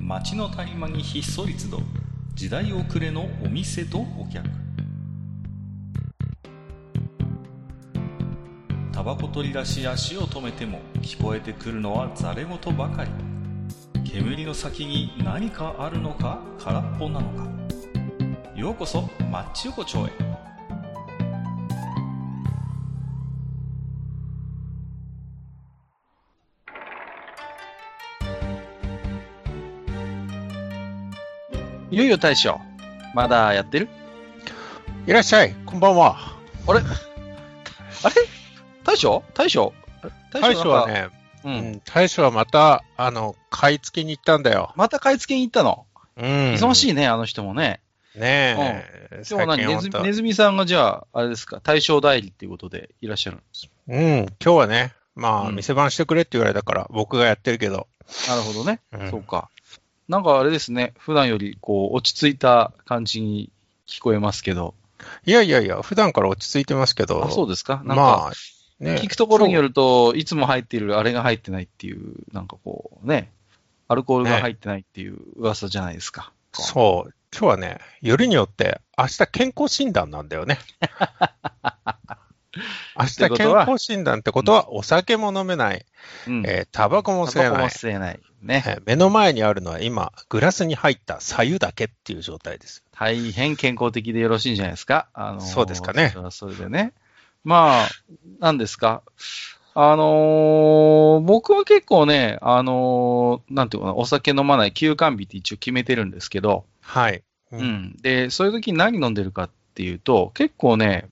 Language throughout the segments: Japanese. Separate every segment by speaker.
Speaker 1: 街の谷間にひっそり集う時代遅れのお店とお客タバコ取り出し足を止めても聞こえてくるのはざれ言ばかり煙の先に何かあるのか空っぽなのかようこそマッチ横丁へ
Speaker 2: いよいよ大将。まだやってる
Speaker 3: いらっしゃい、こんばんは。
Speaker 2: あれ大将大将あれ
Speaker 3: 大将は
Speaker 2: なんか
Speaker 3: ね、
Speaker 2: う。
Speaker 3: うんん、大将はまた、あの、買い付けに行ったんだよ。
Speaker 2: また買い付けに行ったの。
Speaker 3: うん。
Speaker 2: 忙し
Speaker 3: い。
Speaker 2: いね、あの人もね。
Speaker 3: ねえ。
Speaker 2: でも何
Speaker 3: 最近
Speaker 2: ネ
Speaker 3: ほ
Speaker 2: ズ
Speaker 3: ん
Speaker 2: ミ
Speaker 3: と
Speaker 2: ネズミさんがじゃあ、あれですか、大将代理っていうことでいらっしゃるんです。
Speaker 3: うん、今日はね、まあ、
Speaker 2: うん
Speaker 3: 店番してくれって言われたから、僕がやってるけど。
Speaker 2: なるほどね。
Speaker 3: うん
Speaker 2: そうか。なんかあれですね、普段よりこう落ち着いた感じに聞こえますけど。
Speaker 3: いやいやいや、普段から落ち着いてますけど。
Speaker 2: あ、そうですかなんか、
Speaker 3: まあ、ね
Speaker 2: 聞くところによると、いつも入っているあれが入ってないっていう、なんかこうね、アルコールが入ってないっていう噂じゃないですか。
Speaker 3: そう。今日はね、よりによって、明日健康診断なんだよ ね。明日
Speaker 2: てこと
Speaker 3: 健
Speaker 2: は
Speaker 3: 康診断ってことは、お酒も飲めない、
Speaker 2: うん。
Speaker 3: えータバコも吸え
Speaker 2: タバコ
Speaker 3: な
Speaker 2: も
Speaker 3: い、
Speaker 2: 吸えない。ね。
Speaker 3: えー目の前にあるのは今、グラスに入った左右だけっていう状態です。
Speaker 2: 大変健康的でよろしいんじゃないですか。あのー
Speaker 3: そうですかね
Speaker 2: それはそれでね。まあ、なんですか。あのー僕は結構ね、あのーなんていうかな、お酒飲まない休館日って一応決めてるんですけど、
Speaker 3: はい。
Speaker 2: う。
Speaker 3: うん
Speaker 2: で、そういう時に何飲んでるかっていうと、結構ね、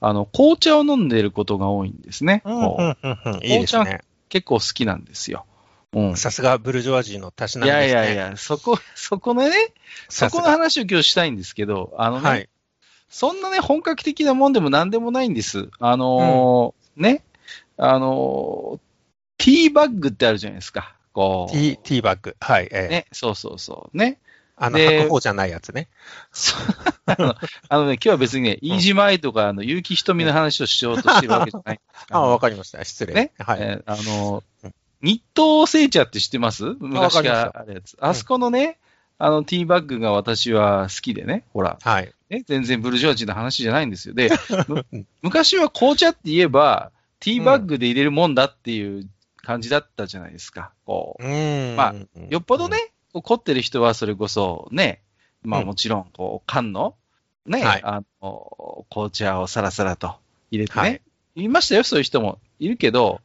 Speaker 2: あの、紅茶を飲んでることが多いんですね。
Speaker 3: うん
Speaker 2: こう
Speaker 3: うんうんうんいいですね。
Speaker 2: 結構好きなんですよ。うん。
Speaker 3: さすがブルジョワジーのたしないみです
Speaker 2: や
Speaker 3: ね。
Speaker 2: いやいや、そこ、そこのね、そ
Speaker 3: さす
Speaker 2: こ
Speaker 3: が
Speaker 2: の話を今日したいんですけど、あのね、
Speaker 3: はい。
Speaker 2: そんなね、本格的なもんでも何でもないんです。あのーね、あのーティーバッグってあるじゃないですか。こ
Speaker 3: テ
Speaker 2: う。
Speaker 3: ィー、ティーバッグ。はい。えー
Speaker 2: ね、そうそうそう。ね。
Speaker 3: あの、
Speaker 2: で
Speaker 3: 白鵬じゃないやつね。
Speaker 2: そうあのあのね、今日は別にね、
Speaker 3: ん
Speaker 2: 飯島愛とか、あの、結城瞳の話をしようとしてるわけじゃない。
Speaker 3: あ、わ
Speaker 2: わ
Speaker 3: かりました。失礼。
Speaker 2: ね
Speaker 3: はい。
Speaker 2: えーあの
Speaker 3: うん、
Speaker 2: 日東製茶って知ってます
Speaker 3: わ
Speaker 2: 昔
Speaker 3: かりま
Speaker 2: か
Speaker 3: すよ
Speaker 2: らあるやつ。あそこのね、あの、ティーバッグが私は好きでね、ほら、
Speaker 3: はい。
Speaker 2: ね、全然ブルジョージーの話じゃないんですよ。 で、む昔は紅茶って言えば、ティーバッグで入れるもんだっていう感じだったじゃないですか。こ
Speaker 3: うーん。
Speaker 2: まあ、うよっぽどね、怒ってる人はそれこそね、まあ
Speaker 3: うん
Speaker 2: もちろん、こう、缶の、ね、
Speaker 3: はい
Speaker 2: あの、紅茶をさらさらと入れてね、
Speaker 3: はいい、
Speaker 2: ましたよ、そういう人もいるけど、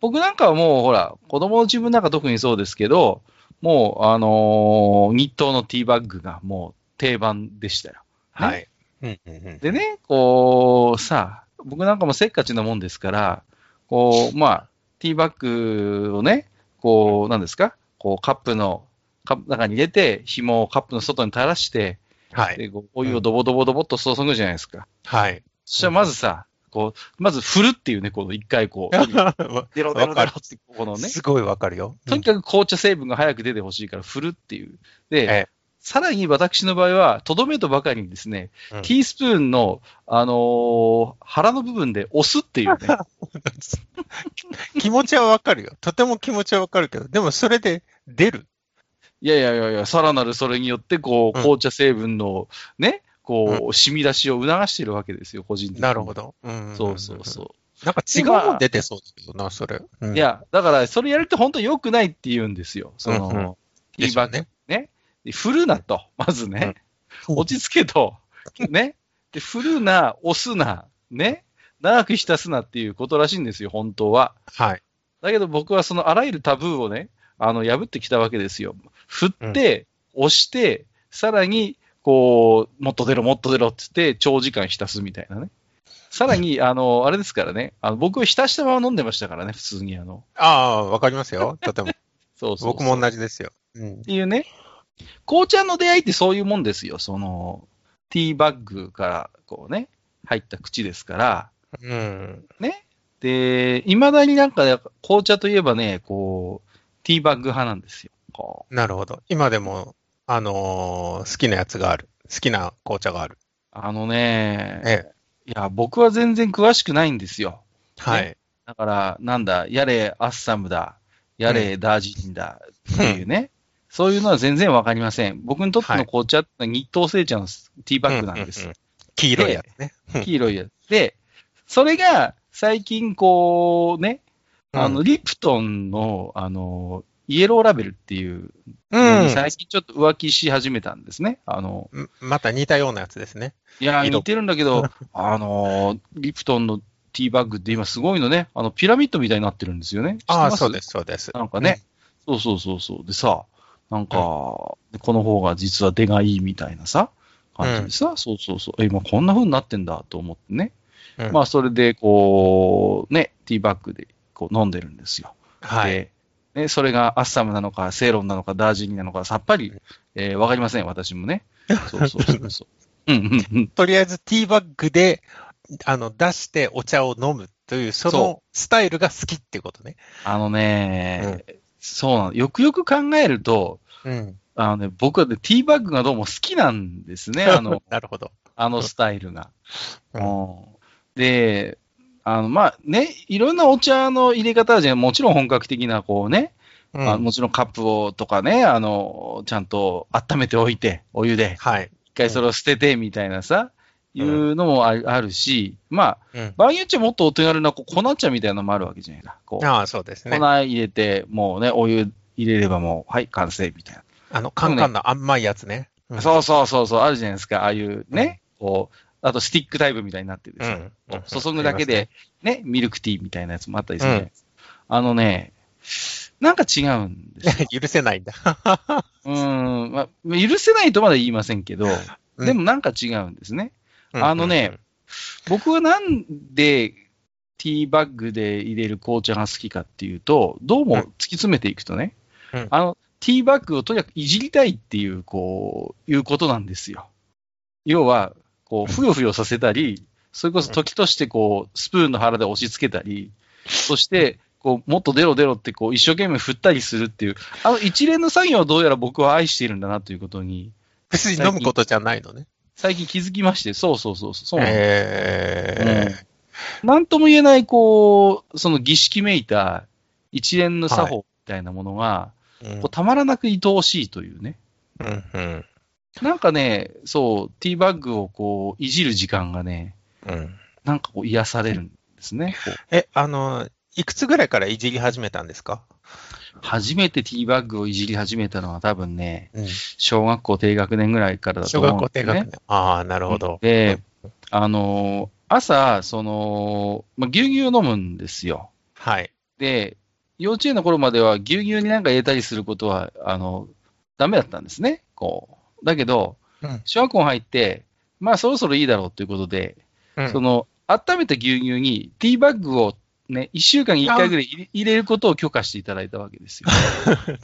Speaker 2: 僕なんかはもうほら、子供の自分なんか特にそうですけど、もう、あのー日東のティーバッグがもう定番でしたよ。ね
Speaker 3: はい。うんうんうん
Speaker 2: でね、こう、さ、僕なんかもせっかちなもんですから、こう、まあ、ティーバッグをね、こう、なんですか、こう、カップの、カップの中に入れて、紐をカップの外に垂らして、
Speaker 3: はい。
Speaker 2: で、こうお湯をドボドボドボっと注ぐじゃないですか。
Speaker 3: はい。
Speaker 2: そしたらまずさ、こう、まず振るっていうね、この一回こう、デロデロデロって、このね、
Speaker 3: すごいわかるよ。
Speaker 2: とにかく紅茶成分が早く出てほしいから振るっていう。で、
Speaker 3: ええ
Speaker 2: さらに私の場合は、とどめとばかりにですね、
Speaker 3: うん
Speaker 2: ティースプーンの、あのー腹の部分で押すっていうね。
Speaker 3: 気持ちはわかるよ。とても気持ちはわかるけど、でもそれで出る。
Speaker 2: いやいやいやいや、さらなるそれによって、こう、
Speaker 3: うん
Speaker 2: 紅茶成分のね、こう、染み出しを促してるわけですよ、個人的に。
Speaker 3: なるほ
Speaker 2: ど。
Speaker 3: ど。うん
Speaker 2: そうそうそう。
Speaker 3: なんか違うもん出てそうだけどな、それ。うん
Speaker 2: い、や、だから、それやると本当良くないって言うんですよ。その、
Speaker 3: うんうん
Speaker 2: ティーバッグ
Speaker 3: でしょうね
Speaker 2: ね。で振るなと、まずね。
Speaker 3: うん
Speaker 2: 落ち着けと、ね。で、振るな、押すな、ね。長く浸すなっていうことらしいんですよ、本当は。
Speaker 3: はい。
Speaker 2: だけど僕はそのあらゆるタブーをね、あの、破ってきたわけですよ。振って、押して、さらに、こう、もっと出ろ、もっと出ろって言って、長時間浸すみたいなね。さら に、あの、あれですからね、あの僕は浸したまま飲んでましたからね、普通にあの。
Speaker 3: ああ、わかりま すよ。とても。
Speaker 2: そうそうそう
Speaker 3: 僕も同じですよ。うん
Speaker 2: っ。ていうね、紅茶の出会いってそういうもんですよ。その、ティーバッグから、こうね、入った口ですから。
Speaker 3: うん。
Speaker 2: で、未だになんか、紅茶といえばね、こう、ティーバッグ派なんですよ。こう
Speaker 3: なるほど。今でも、あのー好きなやつがある。好きな紅茶がある。
Speaker 2: あのね、
Speaker 3: ええ。
Speaker 2: いや、僕は全然詳しくないんですよ。
Speaker 3: はい。
Speaker 2: だから、なんだ、やれアッサムだ、やれダージリンだっていうね、そういうのは全然わかりません。僕にとって
Speaker 3: は
Speaker 2: の
Speaker 3: い
Speaker 2: 紅茶って日東製茶のティーバッグなんです。
Speaker 3: ううう黄色いやつね。
Speaker 2: 黄色いやつ。で、それが最近こうね、あの、リプトンの、あの、イエローラベルっていう
Speaker 3: う
Speaker 2: の
Speaker 3: ん
Speaker 2: に。最近ちょっと浮気し始めたんですね。あの、
Speaker 3: うんまた似たようなやつですね。
Speaker 2: いやー、
Speaker 3: 色
Speaker 2: 似てるんだけ ど、あの、リプトンのティーバッグって今すごいのね、あの、ピラミッドみたいになってるんですよね。
Speaker 3: ああ、そう
Speaker 2: す
Speaker 3: です、そうです。
Speaker 2: なんかね、そうそうそうそう。でさ、なんか、この方が実は出がいいみたいなさ、感じでさ、そうそうそう、え今こんな風になってんだと思ってね。
Speaker 3: うん。
Speaker 2: まあ、それで、こう、ね、ティーバッグでこう飲んでるんですよ。
Speaker 3: あ、はい。
Speaker 2: で、ね、それがアッサムなのか、セイロンなのか、ダージリンなのか、さっぱり、えーわかりません、私もね。そうそうそう そう。うんうんうん。
Speaker 3: とりあえずティーバッグで、あの、出してお茶を飲むという、その
Speaker 2: そ
Speaker 3: スタイルが好きってことね。
Speaker 2: あのね、そうなの。よくよく考えると、
Speaker 3: うん。
Speaker 2: あのね、僕はね、ティーバッグがどうも好きなんですね、あの、
Speaker 3: なるほど。
Speaker 2: あのスタイルが。
Speaker 3: う
Speaker 2: うんで、あの、まあ、ね、いろんなお茶の入れ方あるじゃん。もちろん本格的な、こうね、
Speaker 3: うん
Speaker 2: あもちろんカップをとかね、あの、ちゃんと温めておいて、お湯で、
Speaker 3: はい。
Speaker 2: 一回それを捨てて、みたいなさ、
Speaker 3: うん
Speaker 2: いうのもあるあるし、まあ、
Speaker 3: うん。
Speaker 2: 場合によっちゃもっとお手軽な、こう、粉茶みたいなのもあるわけじゃないか。こう、
Speaker 3: ああ、そうですね。
Speaker 2: 粉入れて、もうね、お湯入れればもう、はい、完成、みたいな。
Speaker 3: あの、カンカンの甘いやつね。うん
Speaker 2: そうそうそうそう、あるじゃないですか。ああいうね、こう、あとスティックタイプみたいになってるで
Speaker 3: う
Speaker 2: す
Speaker 3: ん。うん
Speaker 2: 注ぐだけで、ね、ミルクティーみたいなやつもあったりするじゃないですかあのね、なんか違うんです
Speaker 3: あ
Speaker 2: よ。
Speaker 3: りま すね。 許 せないんだ。
Speaker 2: うーん、まあ、許せないとまで言いませんけど、
Speaker 3: うん
Speaker 2: でもなんか違うんですね。
Speaker 3: うん
Speaker 2: あのね、僕はなんでティーバッグで入れる紅茶が好きかっていうと、どうも
Speaker 3: うん
Speaker 2: 突き詰めていくとね、
Speaker 3: うん
Speaker 2: あの、ティーバッグをとにかくいじりたいっていう、こう、いうことなんですよ。要は、こう、ふよふよさせたり、それこそ時としてこう、スプーンの腹で押し付けたり、そして、こう、もっと出ろ出ろってこう、一生懸命振ったりするっていう、あの一連の作業をどうやら僕は愛しているんだなということに、
Speaker 3: 別に飲むことじゃないのね。
Speaker 2: 最近気づきまして、そうそうそうそう、そうなんです
Speaker 3: ええ。
Speaker 2: なんとも言えない、こう、その儀式めいた一連の作法みたいなものが、
Speaker 3: うん
Speaker 2: こうたまらなく愛おしいというね。
Speaker 3: うんうん
Speaker 2: なんかね、そう、ティーバッグをこう、いじる時間がね、
Speaker 3: うん
Speaker 2: なんかこう、癒されるんですね。こう
Speaker 3: え、あの、いくつぐらいからいじり始めたんですか
Speaker 2: 初めてティーバッグをいじり始めたのは多分ね、
Speaker 3: うん
Speaker 2: 小学校低学年ぐらいからだと
Speaker 3: 小
Speaker 2: 思う
Speaker 3: 学
Speaker 2: ん
Speaker 3: 校
Speaker 2: で
Speaker 3: 低
Speaker 2: すね、
Speaker 3: 学年。ああ、なるほど。
Speaker 2: で、あのー朝、その、まあ、牛乳を飲むんですよ。
Speaker 3: はい。
Speaker 2: で、幼稚園の頃までは牛乳になんか入れたりすることは、あの、ダメだったんですね。こう。だけど、
Speaker 3: うん
Speaker 2: 小学校入って、まあそろそろいいだろうということで、
Speaker 3: うん
Speaker 2: その、温めた牛乳にティーバッグをね、1週間に1回ぐらい入れ入れることを許可していただいたわけ ですよ。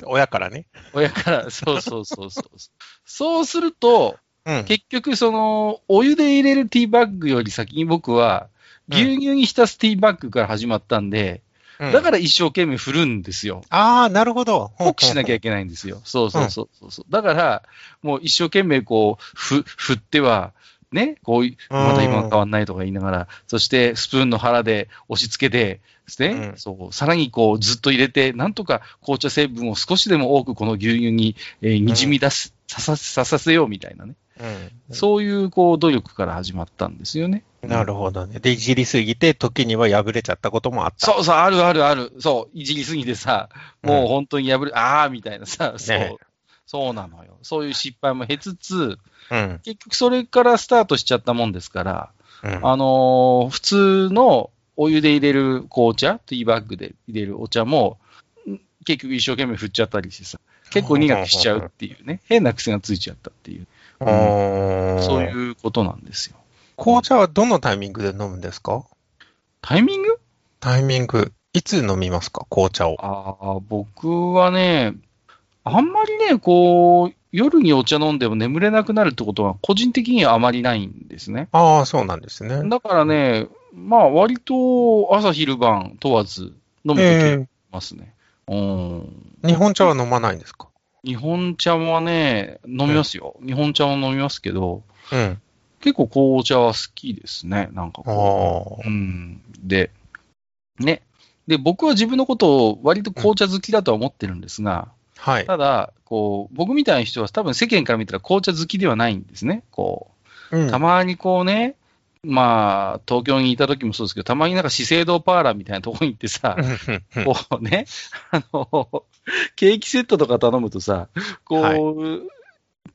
Speaker 3: 親からね。
Speaker 2: 親から、そうそうそうそう。そうすると、
Speaker 3: うん、
Speaker 2: 結局その、お湯で入れるティーバッグより先に僕は、牛乳に浸すティーバッグから始まったんで、だからら一生懸命振るんですよ。
Speaker 3: ああ、なるほど。
Speaker 2: 濃くしなきゃ
Speaker 3: ゃ。
Speaker 2: いけないんですよ。そうそうそうそうそう。だから、もう一生懸命こう、ふ、振っては、ね、こう、また今は変わんないとか言いながら、そしてスプーンの腹で押し付けて、ですね、
Speaker 3: うん
Speaker 2: そう、さらにこう、ずっと入れて、なんとか紅茶成分を少しでも多くこの牛乳に、えーにじみ出す、ささ、ささせようみたいなね。
Speaker 3: うん
Speaker 2: そういう、こう、努力から始まったんですよね。
Speaker 3: なるほどね。で、いじりすぎて、時には破れちゃったこともあった。
Speaker 2: そうそう、あるあるある。そう、いじりすぎてさ、もう本当に破れ、あーみたいなさ、そう、
Speaker 3: ね
Speaker 2: そうなのよ。そういう失敗も経つつ、
Speaker 3: うん。
Speaker 2: 結局それからスタートしちゃったもんですから、
Speaker 3: うん
Speaker 2: あのー普通のお湯で入れる紅茶、ティーバッグで入れるお茶も、ん結局一生懸命振っちゃったりしてさ、結構苦くしちゃうっていうね、変な癖がついちゃったっていう、
Speaker 3: うーん
Speaker 2: そういうことなんですよ。
Speaker 3: 紅茶はどのタイミングで飲むんですか
Speaker 2: タイミング
Speaker 3: タイミング。いつ飲みますか紅茶を。
Speaker 2: ああ、僕はね、あんまりね、こう、夜にお茶飲んでも眠れなくなるってことは、個人的にはあまりないんですね。
Speaker 3: ああ、そうなんですね。
Speaker 2: だからね、まあ、割と朝昼晩問わず飲むときあり
Speaker 3: え
Speaker 2: ますね。うん。
Speaker 3: え日本茶は飲まないんですか
Speaker 2: 日本茶はね、飲みますよ。日本茶も飲みますけど、
Speaker 3: うん。
Speaker 2: 結構紅茶は好きですね、なんか
Speaker 3: あ
Speaker 2: こ
Speaker 3: あ。
Speaker 2: う。うん。で、ね。で、僕は自分のことを割と紅茶好きだとは思ってるんですが、
Speaker 3: はい。
Speaker 2: ただ、こう、僕みたいな人は多分世間から見たら紅茶好きではないんですね。こ
Speaker 3: う
Speaker 2: う、
Speaker 3: ん
Speaker 2: たまにこうね、まあ、東京にいた時もそうですけど、たまになんか資生堂パーラーみたいなとこに行ってさ、
Speaker 3: うん
Speaker 2: こうね、あの、ケーキセットとか頼むとさ、こう、
Speaker 3: は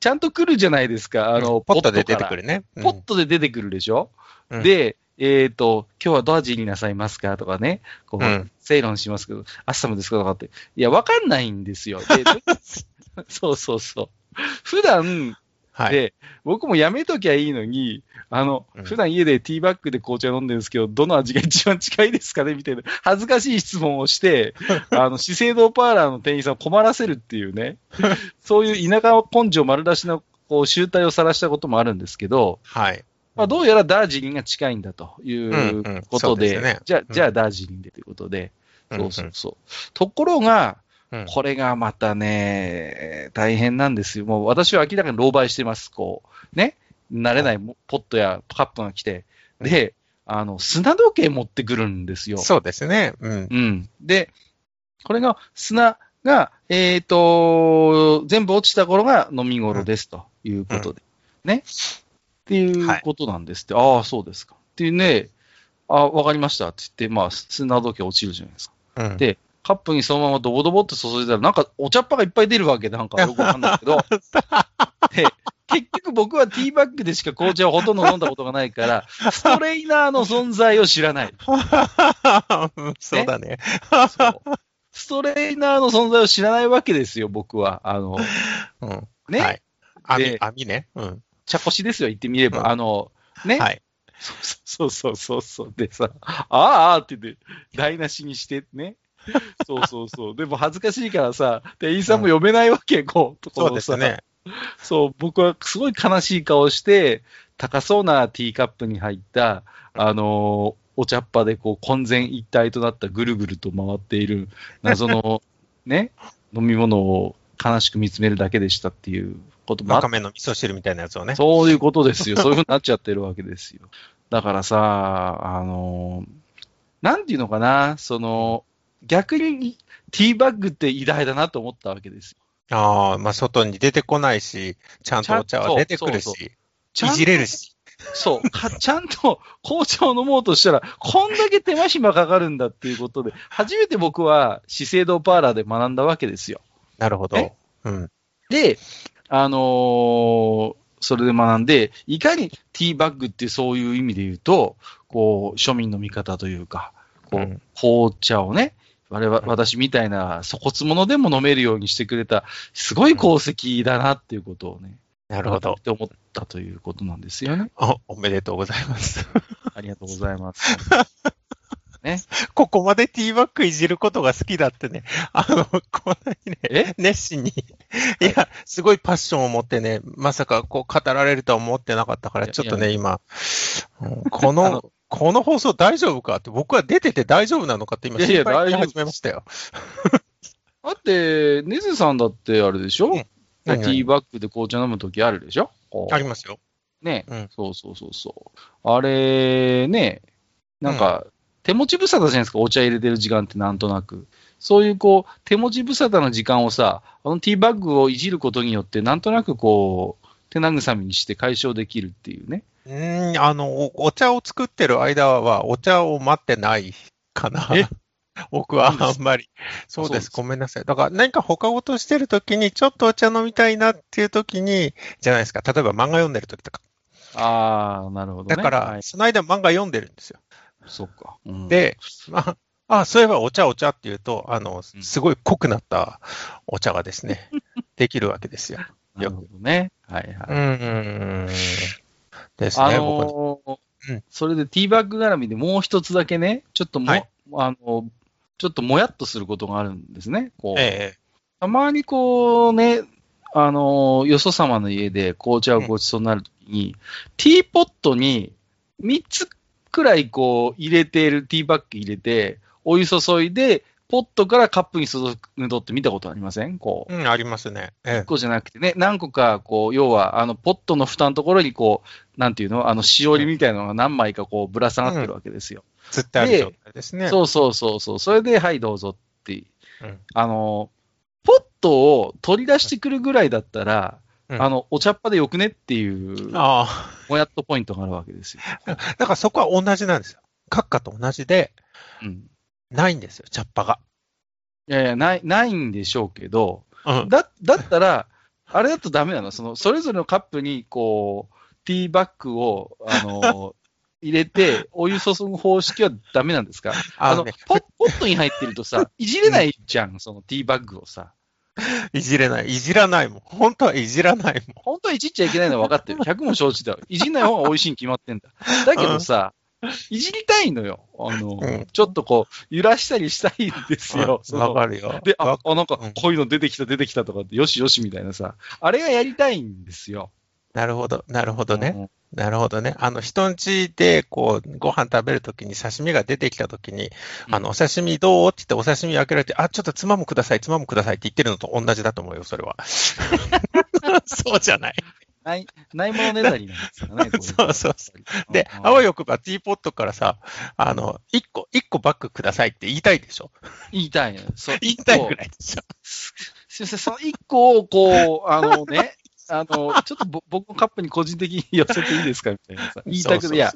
Speaker 2: ちゃんと来るじゃないですか、あの、
Speaker 3: ポットで出て
Speaker 2: から
Speaker 3: くるね。うん
Speaker 2: ポットで出てくるでしょ、
Speaker 3: うん
Speaker 2: で、えっ、と、今日はど味になさいますかとかね、こう、
Speaker 3: うん
Speaker 2: セイロンしますけど、アッサムですかとかって。いや、わかんないんです よ。でそうそうそう。普段、
Speaker 3: はい。
Speaker 2: で、僕もやめときゃいいのに、あの、
Speaker 3: うん
Speaker 2: 普段家でティーバッグで紅茶飲んでるんですけど、どの味が一番近いですかねみたいな、恥ずかしい質問を して、あの、資生堂パーラーの店員さんを困らせるっていう ね、そういう田舎根性丸出しの、こう、集体を晒したこともあるんですけど、
Speaker 3: はい。
Speaker 2: まあ、どうやらダージリンが近いんだとい
Speaker 3: んうん
Speaker 2: うことで、
Speaker 3: そうですね
Speaker 2: じゃあ
Speaker 3: う、ん
Speaker 2: じゃあダージリンでということで、
Speaker 3: うん
Speaker 2: そうそうそう。ところが、
Speaker 3: うん
Speaker 2: これがまたね、大変なんですよ。もう私は明らかに狼狽してます。こう、ね、慣れないもポットやカップが来て、で、あの、砂時計持ってくるんですよ。
Speaker 3: そうですね。うん。
Speaker 2: うん。で、これが砂が、えっ、と、全部落ちた頃が飲み頃ですということで。ね。っていうことなんですって。ああ、そうですか。っていうね、ああ、わかりましたって言って、まあ、砂時計落ちるじゃないですか。
Speaker 3: うん
Speaker 2: でカップにそのままドボドボって注いだら、なんかお茶っ葉がいっぱい出るわけで、なんかよくわかんないけ ど。で、結局僕はティーバッグでしか紅茶をほとんど飲んだことがないから、ストレイナーの存在を知らない。
Speaker 3: そうだね。
Speaker 2: そうストレイナーの存在を知らないわけですよ、僕は。あの、
Speaker 3: うん。
Speaker 2: ね、
Speaker 3: はい。網
Speaker 2: で、
Speaker 3: 網ね。うん。
Speaker 2: 茶こしですよ、言ってみれば。
Speaker 3: うん
Speaker 2: あの、ね、
Speaker 3: はい。
Speaker 2: そうそうそうそう。でさ、ああ、ああって言って、台無しにして ね。そうそうそう。でも恥ずかしいからさ、店員さんも読めないわけ、こう、とこ
Speaker 3: そ
Speaker 2: ろ
Speaker 3: う
Speaker 2: を
Speaker 3: で
Speaker 2: さ
Speaker 3: すね。
Speaker 2: そう、僕はすごい悲しい顔して、高そうなティーカップに入った、あのーお茶っ葉でこう混然一体となったぐるぐると回っている謎の、 ね、飲み物を悲しく見つめるだけでしたっていうこともあっ
Speaker 3: わかめの味噌汁みたいなやつをね。
Speaker 2: そういうことですよ。そういうふうになっちゃってるわけですよ。だからさ、あのーなんていうのかな、その、逆にティーバッグって偉大だなと思ったわけですよ。
Speaker 3: ああ、まあ、外に出てこないし、ちゃんとお茶は出てくる
Speaker 2: ちゃん
Speaker 3: し、
Speaker 2: ちゃん
Speaker 3: い
Speaker 2: と
Speaker 3: じれるし。
Speaker 2: そう、か ちゃんと紅茶を飲もうとしたら、こんだけ手間暇かかるんだっていうことで、初めて僕は資生堂パーラーで学んだわけですよ。
Speaker 3: なるほ
Speaker 2: え
Speaker 3: ど。うん。
Speaker 2: で、あのーそれで学んで、いかにティーバッグってそういう意味で言うと、こう、庶民の味方というか、こう、
Speaker 3: うん
Speaker 2: 紅茶をね、我々、私みたいな、粗骨者でも飲めるようにしてくれた、すごい功績だなっていうことをね、
Speaker 3: なるほど
Speaker 2: っ。て思ったということなんですよ ね。
Speaker 3: お、おめでとうございます。
Speaker 2: ありがとうございます。
Speaker 3: ここまでティーバッグいじることが好きだってね、あの、こんなに
Speaker 2: え
Speaker 3: ね、熱心に、いや、すごいパッションを持ってね、まさかこう語られるとは思ってなかったから、
Speaker 2: いや
Speaker 3: ちょっと
Speaker 2: いや
Speaker 3: ね、今、うんこ
Speaker 2: あ
Speaker 3: の
Speaker 2: の、
Speaker 3: この放送大丈夫かって、僕は出てて大丈夫なのかって今、
Speaker 2: いやいや
Speaker 3: 心
Speaker 2: 大
Speaker 3: 配し
Speaker 2: 丈夫
Speaker 3: 始めましたよ。
Speaker 2: だって、ネズさんだってあれでしょ、
Speaker 3: うん
Speaker 2: テ
Speaker 3: 何
Speaker 2: ィ
Speaker 3: 々
Speaker 2: ーバッグで紅茶飲むときあるでしょこう
Speaker 3: ありますよ。
Speaker 2: ね、
Speaker 3: うん
Speaker 2: そうそうそうそう。あれ、ね、なんか、手持ち無沙汰じゃないですか、お茶入れてる時間ってなんとなく。そういうこう、手持ち無沙汰の時間をさ、あのティーバッグをいじることによって、なんとなくこう、手慰みにして解消できるっていうね。
Speaker 3: うーん、あの、おお茶を作ってる間は、お茶を待ってないかな
Speaker 2: え。
Speaker 3: 僕は
Speaker 2: そうで
Speaker 3: あんまり。
Speaker 2: そ
Speaker 3: そうう
Speaker 2: です
Speaker 3: です。ごめんなさい。だから何か他事してるときに、ちょっとお茶飲みたいなっていうときに、じゃないですか。例えば漫画読んでるときとか。
Speaker 2: ああ、なるほどね。
Speaker 3: だから、
Speaker 2: はい
Speaker 3: その間漫画読んでるんですよ。
Speaker 2: そっか。うん、
Speaker 3: で、まあ、あ、そういえばお茶お茶って言うと、あの、
Speaker 2: うん
Speaker 3: すごい濃くなったお茶がで すね、できるわけですよ。
Speaker 2: なるほどね。はいはい。
Speaker 3: うーん。ですね、
Speaker 2: あ
Speaker 3: 僕は
Speaker 2: のー
Speaker 3: うん
Speaker 2: それでティーバッグ絡みでもう一つだけね、ちょっとも、
Speaker 3: はい
Speaker 2: あのーちょっともやっとすることがあるんですね。こう
Speaker 3: え
Speaker 2: たまにこうね、あのーよそ様の家で紅茶をごちそうになるときに、ティーポットに3つくらいこう入れているティーバッグ入れて、お湯注いで、ポットからカップに注ぐのって見たことありませんこう。
Speaker 3: えうん、ありますね。ええ
Speaker 2: 1個じゃなくてね、何個か、こう、要は、あの、ポットの蓋のところに、こう、なんていうの、あの、しおりみたいなのが何枚か、こう、ぶら下がってるわけですよ。
Speaker 3: 釣ってある状態ですね。
Speaker 2: そうそうそうそう。それで、はい、どうぞって、
Speaker 3: うん
Speaker 2: あの、ポットを取り出してくるぐらいだったら、
Speaker 3: うん
Speaker 2: あの、お茶っ葉でよくねっていう、
Speaker 3: あ
Speaker 2: もやっとポイントがあるわけですよ。
Speaker 3: あ。だからそこは同じなんですよ。閣下と同じで、
Speaker 2: うん。
Speaker 3: ないんですよ、茶っ葉が。
Speaker 2: いやいや、ない、ないんでしょうけど、
Speaker 3: う ん。
Speaker 2: だ、だったら、あれだとダメなのその、それぞれのカップに、こう、ティーバッグを、あ の、入れて、お湯注ぐ方式はダメなんですかあ
Speaker 3: あ
Speaker 2: の
Speaker 3: のね、
Speaker 2: ポッ、ポットに入ってるとさ、いじれないじゃん、そのティーバッグをさ。
Speaker 3: いじれない。いじらないもん。本当はいじらないもん。
Speaker 2: 本当はいじっちゃいけないのは分かってる。100も承知だよ。いじんない方が美味しいに決まってんだ。だけどさ、いじりたいのよ。あの、
Speaker 3: うん
Speaker 2: ちょっとこう、揺らしたりしたいんですよ。その
Speaker 3: わかるよ。
Speaker 2: で、あ
Speaker 3: わ、
Speaker 2: あなんか
Speaker 3: うん、
Speaker 2: こういうの出てきた、出てきたとかって、よしよしみたいなさ、あれがやりたいんですよ。
Speaker 3: なるほど、なるほどね。
Speaker 2: ね。
Speaker 3: なるほどね。あの、人ん家で、こう、ご飯食べるときに刺身が出てきたときに、
Speaker 2: うん
Speaker 3: あの、お刺身どうって言って、お刺身開けられて、あ、ちょっとつまむください、つまむくださいって言ってるのと同じだと思うよ、それ は。そうじゃない。
Speaker 2: ない、ないものねだりなんです よね。これ
Speaker 3: そうそうそで、
Speaker 2: うん
Speaker 3: あわよくばティーポットからさ、あの、一個、一個バッグくださいって言いたいでしょ
Speaker 2: 言いたいのよ。そう
Speaker 3: 言いたい
Speaker 2: こう
Speaker 3: ぐらいでしょ
Speaker 2: すいません、その一個を、こう、あのね、 あの、ちょっとぼ僕のカップに個人的に寄せていいですかみたいな さ、言いたく
Speaker 3: そうそうそ
Speaker 2: て、
Speaker 3: う
Speaker 2: いや、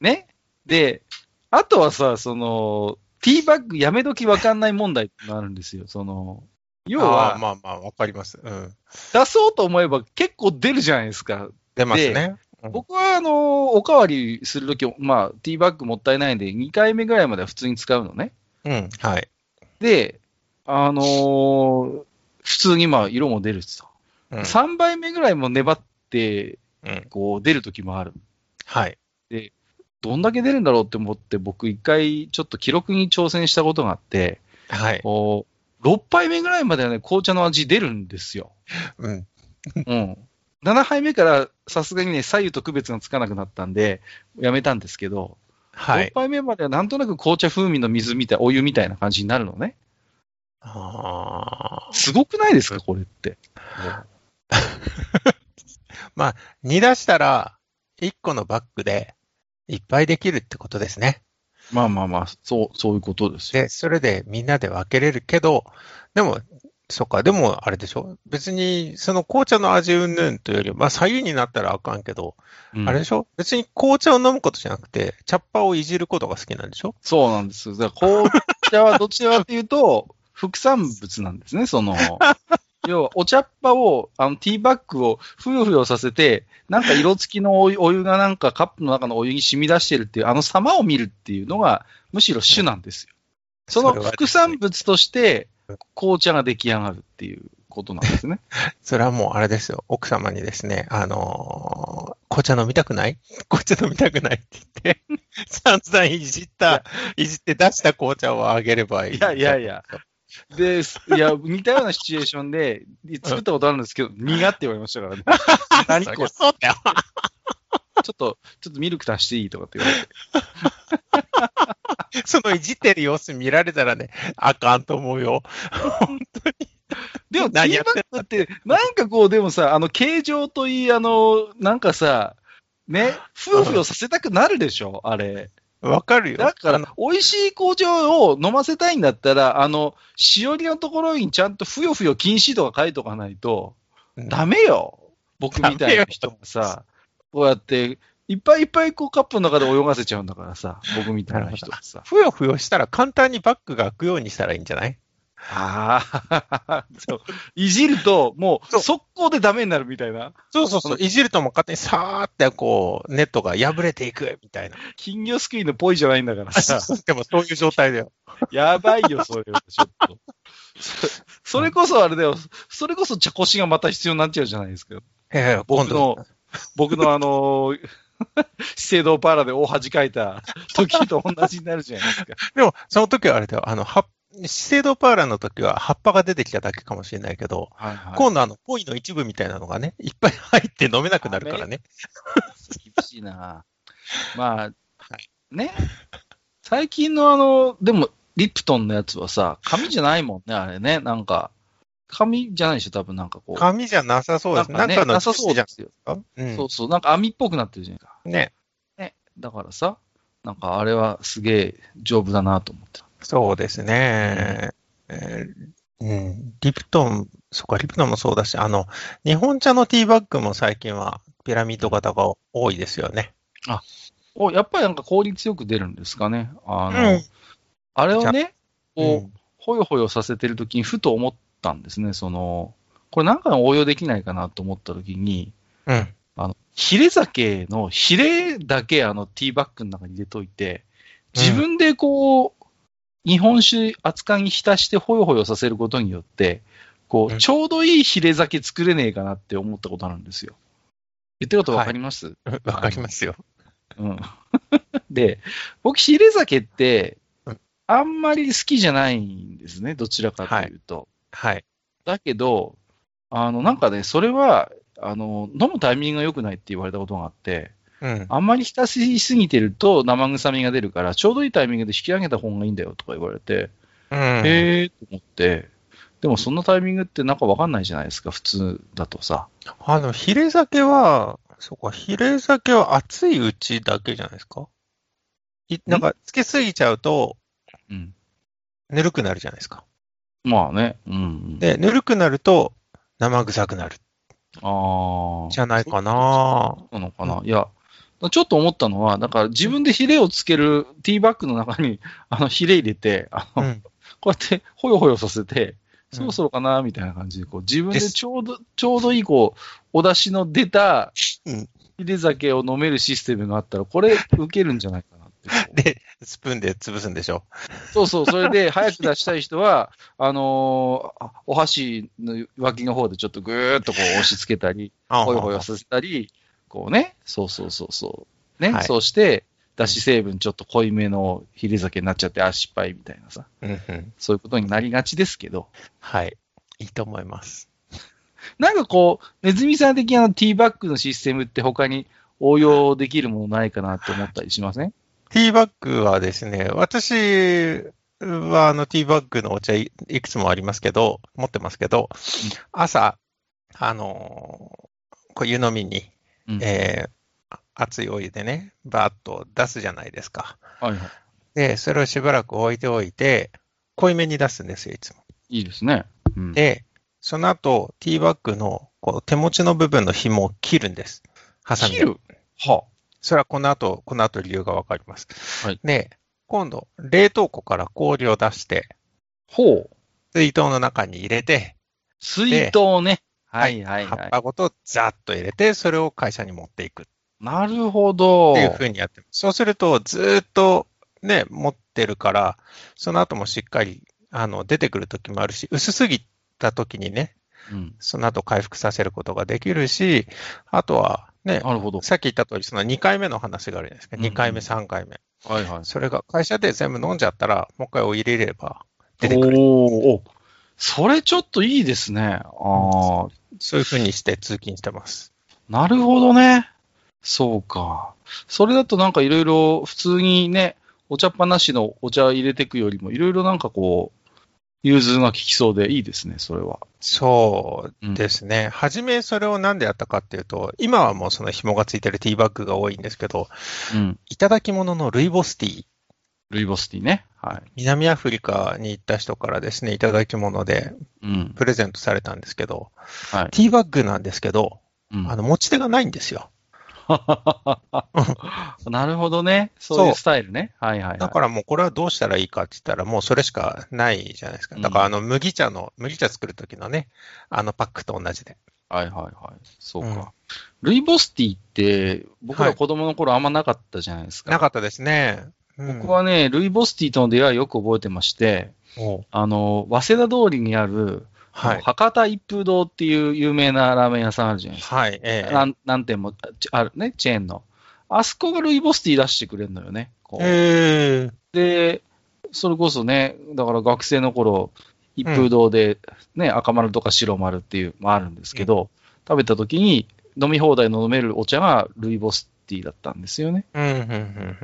Speaker 2: ね。で、あとはさ、その、ティーバッグやめときわかんない問題ってなるんですよ。その、要
Speaker 3: あー
Speaker 2: は、
Speaker 3: まあまあ、わかります。うん。
Speaker 2: 出そうと思えば結構出るじゃないですか。
Speaker 3: 出ますね。うん
Speaker 2: 僕は、あの、おかわりするとき、まあ、ティーバッグもったいないんで、2回目ぐらいまでは普通に使うのね。
Speaker 3: うん、はい。
Speaker 2: で、あのー普通にまあ、色も出るしさ。
Speaker 3: うん、
Speaker 2: 3杯目ぐらいも粘って、
Speaker 3: うん
Speaker 2: こう、出るときもある。
Speaker 3: はい。
Speaker 2: どんだけ出るんだろうって思って、僕一回ちょっと記録に挑戦したことがあって、
Speaker 3: はい。
Speaker 2: こう、6杯目ぐらいまではね、紅茶の味出るんですよ。
Speaker 3: うん。
Speaker 2: うん。7杯目からさすがにね、左右と区別がつかなくなったんで、やめたんですけど、
Speaker 3: はい
Speaker 2: 6。杯目まではなんとなく紅茶風味の水みたい、お湯みたいな感じになるのね。
Speaker 3: あー
Speaker 2: すごくないですか、これって。
Speaker 3: 煮出したら、一個のバッグで、いっぱいできるってことですね。
Speaker 2: まあまあまあ、そう、そういうことですよ。
Speaker 3: で、それでみんなで分けれるけど、でも、そっか、でもあれでしょ別に、その紅茶の味云々というよりは、まあ、左右になったらあかんけど、
Speaker 2: うん
Speaker 3: あれでしょ別に紅茶を飲むことじゃなくて、茶っ葉をいじることが好きなんでしょ
Speaker 2: そうなんですよ。だから紅茶はどちらかというと、 副産物なんですね、そ の。要は、お茶っ葉を、あの、ティーバッグをふよふよさせて、なんか色付きのお湯 お湯がなんかカップの中のお湯に染み出してるっていう、あの様を見るっていうのが、むしろ主なんですよ。その
Speaker 3: それは
Speaker 2: 副産物として、紅茶が出来上がるっていうことなんですね。
Speaker 3: それはもうあれですよ。奥様にですね、あのー紅茶飲みたくない 紅茶飲みたくないって言って、 散々いじった、いじって出した紅茶をあげればい い。
Speaker 2: いやいやいや。で、すいや、似たようなシチュエーションで、作ったことあるんですけど、苦って言われました からね。何これ、ちょ
Speaker 3: そうだ
Speaker 2: っ
Speaker 3: よ。
Speaker 2: と、 ちょっとミルク足していいとかって言われて。
Speaker 3: そのいじってる様子見られたらね、あかんと思うよ。
Speaker 2: でも、テ
Speaker 3: 何
Speaker 2: ィ
Speaker 3: や
Speaker 2: ー
Speaker 3: っ
Speaker 2: バ
Speaker 3: て
Speaker 2: ッグって、なんかこう、でもさ、あの、形状といい、あの、なんかさ、ね、夫婦をさせたくなるでしょ、あれ。
Speaker 3: わかるよ。
Speaker 2: だか
Speaker 3: あの
Speaker 2: ら、美味しい紅茶を飲ませたいんだったら、あの、しおりのところにちゃんとふよふよ禁止とか書いとかないと、ダメよ。僕みたいな人がさ、こうやって、いっぱいいっぱいこうカップの中で泳がせちゃうんだからさ、僕みたいな人がさ。
Speaker 3: ふよふよしたら簡単にバッグが開くようにしたらいいんじゃない
Speaker 2: ああ、そう。いじると、もう
Speaker 3: そう
Speaker 2: 速攻でダメになるみたいな。
Speaker 3: そうそうそう。いじるともう勝手にさーってこう、ネットが破れていくみたいな。
Speaker 2: 金魚すくいのポイじゃないんだから さ。
Speaker 3: でもそういう状態だよ。
Speaker 2: やばいよ、それはちょっと。そそれこそあれだよ。それこそ茶こしがまた必要になっちゃうじゃないですか。
Speaker 3: ええ、今
Speaker 2: 僕
Speaker 3: 度
Speaker 2: の、僕のあのー、 資生堂パーラで大恥かいた時と同じになるじゃないですか。
Speaker 3: でも、その時はあれだよ、あの、は、資生堂パーラーの時は葉っぱが出てきただけかもしれないけど、
Speaker 2: はいは
Speaker 3: 今度あの、ポイの一部みたいなのがね、いっぱい入って飲めなくなるからね。
Speaker 2: 厳しいな。まあ、
Speaker 3: は
Speaker 2: ね。最近のあの、でも、リプトンのやつはさ、紙じゃないもんね、あれね。なんか、紙じゃないでしょ、多分なんかこう。
Speaker 3: 紙じゃなさそうです。
Speaker 2: な
Speaker 3: なんん
Speaker 2: か、
Speaker 3: か
Speaker 2: ね、
Speaker 3: の
Speaker 2: なさそう
Speaker 3: じゃ
Speaker 2: で
Speaker 3: ん
Speaker 2: すよ、
Speaker 3: うん
Speaker 2: そうそう、なんか網っぽくなってるじゃないか。
Speaker 3: ね。
Speaker 2: だからさ、なんかあれはすげえ丈夫だなと思ってた。
Speaker 3: そうですね。えーうん。リプトンそっか、リプナもそうだし、あの、日本茶のティーバッグも最近はピラミッド型が多いですよね。
Speaker 2: おやっぱりなんか効率よく出るんですかね。あ
Speaker 3: う
Speaker 2: の、
Speaker 3: ん。
Speaker 2: あれをね、こう、
Speaker 3: うん
Speaker 2: ほよほよさせてるときにふと思ったんですね。その、これ何回も応用できないかなと思ったときに、
Speaker 3: うん。
Speaker 2: ヒレ酒のヒレだけあのティーバッグの中に入れといて、自分でこう、日本酒扱いに浸してほよほよさせることによって、こ
Speaker 3: う
Speaker 2: う、
Speaker 3: ん
Speaker 2: ちょうどいいヒレ酒作れねえかなって思ったことあるんですよ。言ってることわかります、
Speaker 3: わかりますよ。
Speaker 2: うん。 で、僕、ヒレ酒って
Speaker 3: うん、
Speaker 2: あんまり好きじゃないんですね、どちらかというと。
Speaker 3: はい。
Speaker 2: だけど、あの、なんかね、それは、あの、飲むタイミングが良くないって言われたことがあって、
Speaker 3: うん。
Speaker 2: あんまり浸しすぎてると生臭みが出るから、ちょうどいいタイミングで引き上げた方がいいんだよとか言われて、
Speaker 3: うん。
Speaker 2: へえーと思って、でもそんなタイミングってなんかわかんないじゃないですか、普通だとさ。
Speaker 3: あの、ヒレ酒は、そこ、ヒレ酒は熱いうちだけじゃないですかいなんか、つけすぎちゃうと、
Speaker 2: うん。
Speaker 3: ぬるくなるじゃないですか。
Speaker 2: まあね、うん。
Speaker 3: で、ぬるくなると、生臭くなる。
Speaker 2: ああ。
Speaker 3: じゃないかな
Speaker 2: なのかな、いや、ちょっと思ったのは、だから自分でヒレをつけるティーバッグの中にあのヒレ入れて、あの
Speaker 3: うん。
Speaker 2: こうやってほよほよさせて、
Speaker 3: うん
Speaker 2: そろそろかなみたいな感じで、こう自分
Speaker 3: で
Speaker 2: ですちょうど、ちょうどいい、こう、お出汁の出た
Speaker 3: うん
Speaker 2: ヒレ酒を飲めるシステムがあったら、これ受けるんじゃないかなってこう。
Speaker 3: で、スプーンで潰すんでしょ。
Speaker 2: そうそう、それで早く出したい人は、あのーあお箸の脇の方でちょっとぐーっとこう押し付けたり、
Speaker 3: あ
Speaker 2: ほよほよさせたり、こうね、そうそうそうそう。ね、
Speaker 3: はい
Speaker 2: そうして、だし成分ちょっと濃いめのヒレ酒になっちゃって、あ、失敗みたいなさ、
Speaker 3: うんうん。
Speaker 2: そういうことになりがちですけど、
Speaker 3: はい。いいと思います。
Speaker 2: なんかこう、ネズミさん的なティーバッグのシステムって他に応用できるものないかなって思ったりしません
Speaker 3: ティーバッグはですね、私はあのティーバッグのお茶いいくつもありますけど、持ってますけど、朝、あのーこう湯飲みに、
Speaker 2: うん
Speaker 3: えー熱いお湯でね、バーッと出すじゃないですか。
Speaker 2: はいは
Speaker 3: で、それをしばらく置いておいて、濃いめに出すんですよ、いつも。
Speaker 2: い。いいですね。うん、
Speaker 3: で、その後、ティーバッグのこう手持ちの部分の紐を切るんです。ハサミで
Speaker 2: 切るは
Speaker 3: それはこの後、この後理由がわかります。
Speaker 2: はい
Speaker 3: で、今度、冷凍庫から氷を出して、
Speaker 2: ほう。
Speaker 3: 水筒の中に入れて、
Speaker 2: 水筒ね。は
Speaker 3: はい
Speaker 2: はい
Speaker 3: 葉っ
Speaker 2: はい。
Speaker 3: ぱごとザッと入れて、それを会社に持っていくっ
Speaker 2: なるほど。
Speaker 3: ていうふうにやってます。そうすると、ずーっとね、持ってるから、その後もしっかり、あの、出てくる時もあるし、薄すぎた時にね、
Speaker 2: うん、
Speaker 3: その後回復させることができるし、あとはね、
Speaker 2: なるほど。
Speaker 3: さっき言った通り、その2回目の話があるじゃないですか。
Speaker 2: うんうん
Speaker 3: 2回目、3回目。
Speaker 2: はいはい。
Speaker 3: それが会社で全部飲んじゃったら、もう一回お湯入れれば出てくる。
Speaker 2: おーおそれちょっといいですね。ああ、
Speaker 3: そういうふうにして通勤してます。
Speaker 2: なるほどね。そうか。それだとなんかいろいろ普通にね、お茶っぱなしのお茶入れていくよりも、いろいろなんかこう、融通が効きそうでいいですね、それは。
Speaker 3: そうですね。はじめそれをなんでやったかっていうと、今はもうその紐がついてるティーバッグが多いんですけど、
Speaker 2: うん。
Speaker 3: いただき物のルイボスティー、
Speaker 2: ルイボスティーね。はい。
Speaker 3: 南アフリカに行った人からですね、いただき物で
Speaker 2: うん。
Speaker 3: プレゼントされたんですけど、
Speaker 2: はい。
Speaker 3: ティーバッグなんですけど、
Speaker 2: うん
Speaker 3: あの、持ち手がないんですよ。
Speaker 2: なるほどね。そういうスタイルね。はいはい、はい。
Speaker 3: だからもうこれはどうしたらいいかって言ったら、もうそれしかないじゃないですか。だからあの麦茶の、麦茶作る時のね、あのパックと同じで。
Speaker 2: はいはいはい。そうか。ルイボスティーって、僕ら子供の頃あんまなかったじゃないですか。
Speaker 3: なかったですね。うん
Speaker 2: 僕はね、ルイ・ボスティとの出会いをよく覚えてまして、
Speaker 3: おう
Speaker 2: あの、早稲田通りにある、
Speaker 3: はい。
Speaker 2: 博多一風堂っていう有名なラーメン屋さんあるじゃないですか。
Speaker 3: はい。ええ
Speaker 2: なん何店もちあるね、チェーンの。あそこがルイ・ボスティ出してくれるのよね。こう
Speaker 3: ええ
Speaker 2: で、それこそね、だから学生の頃、一風堂で、ね、赤丸とか白丸っていうのもあるんですけど、食べた時に飲み放題の飲めるお茶がルイ・ボスティだったんですよね。
Speaker 3: うん、うん、うん、うんう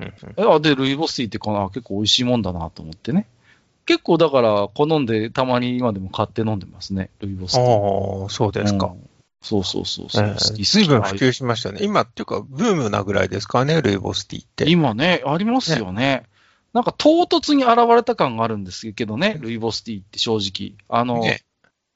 Speaker 3: ん。
Speaker 2: えあで、ルイボスティーってこのあ結構美味しいもんだなと思ってね。結構だから、好んで、たまに今でも買って飲んでますね、ルイボスティー。
Speaker 3: ああ、そうですか
Speaker 2: う。んそうそうそうそう。
Speaker 3: え
Speaker 2: 好
Speaker 3: え
Speaker 2: き
Speaker 3: 随分
Speaker 2: 好
Speaker 3: 普
Speaker 2: き
Speaker 3: 及しましたね。今っていうか、ブームなぐらいですかね、ルイボスティーって。
Speaker 2: 今ね、ありますよね。なんか唐突に現れた感があるんですけどね、ルイボスティーって正直。あの、
Speaker 3: ね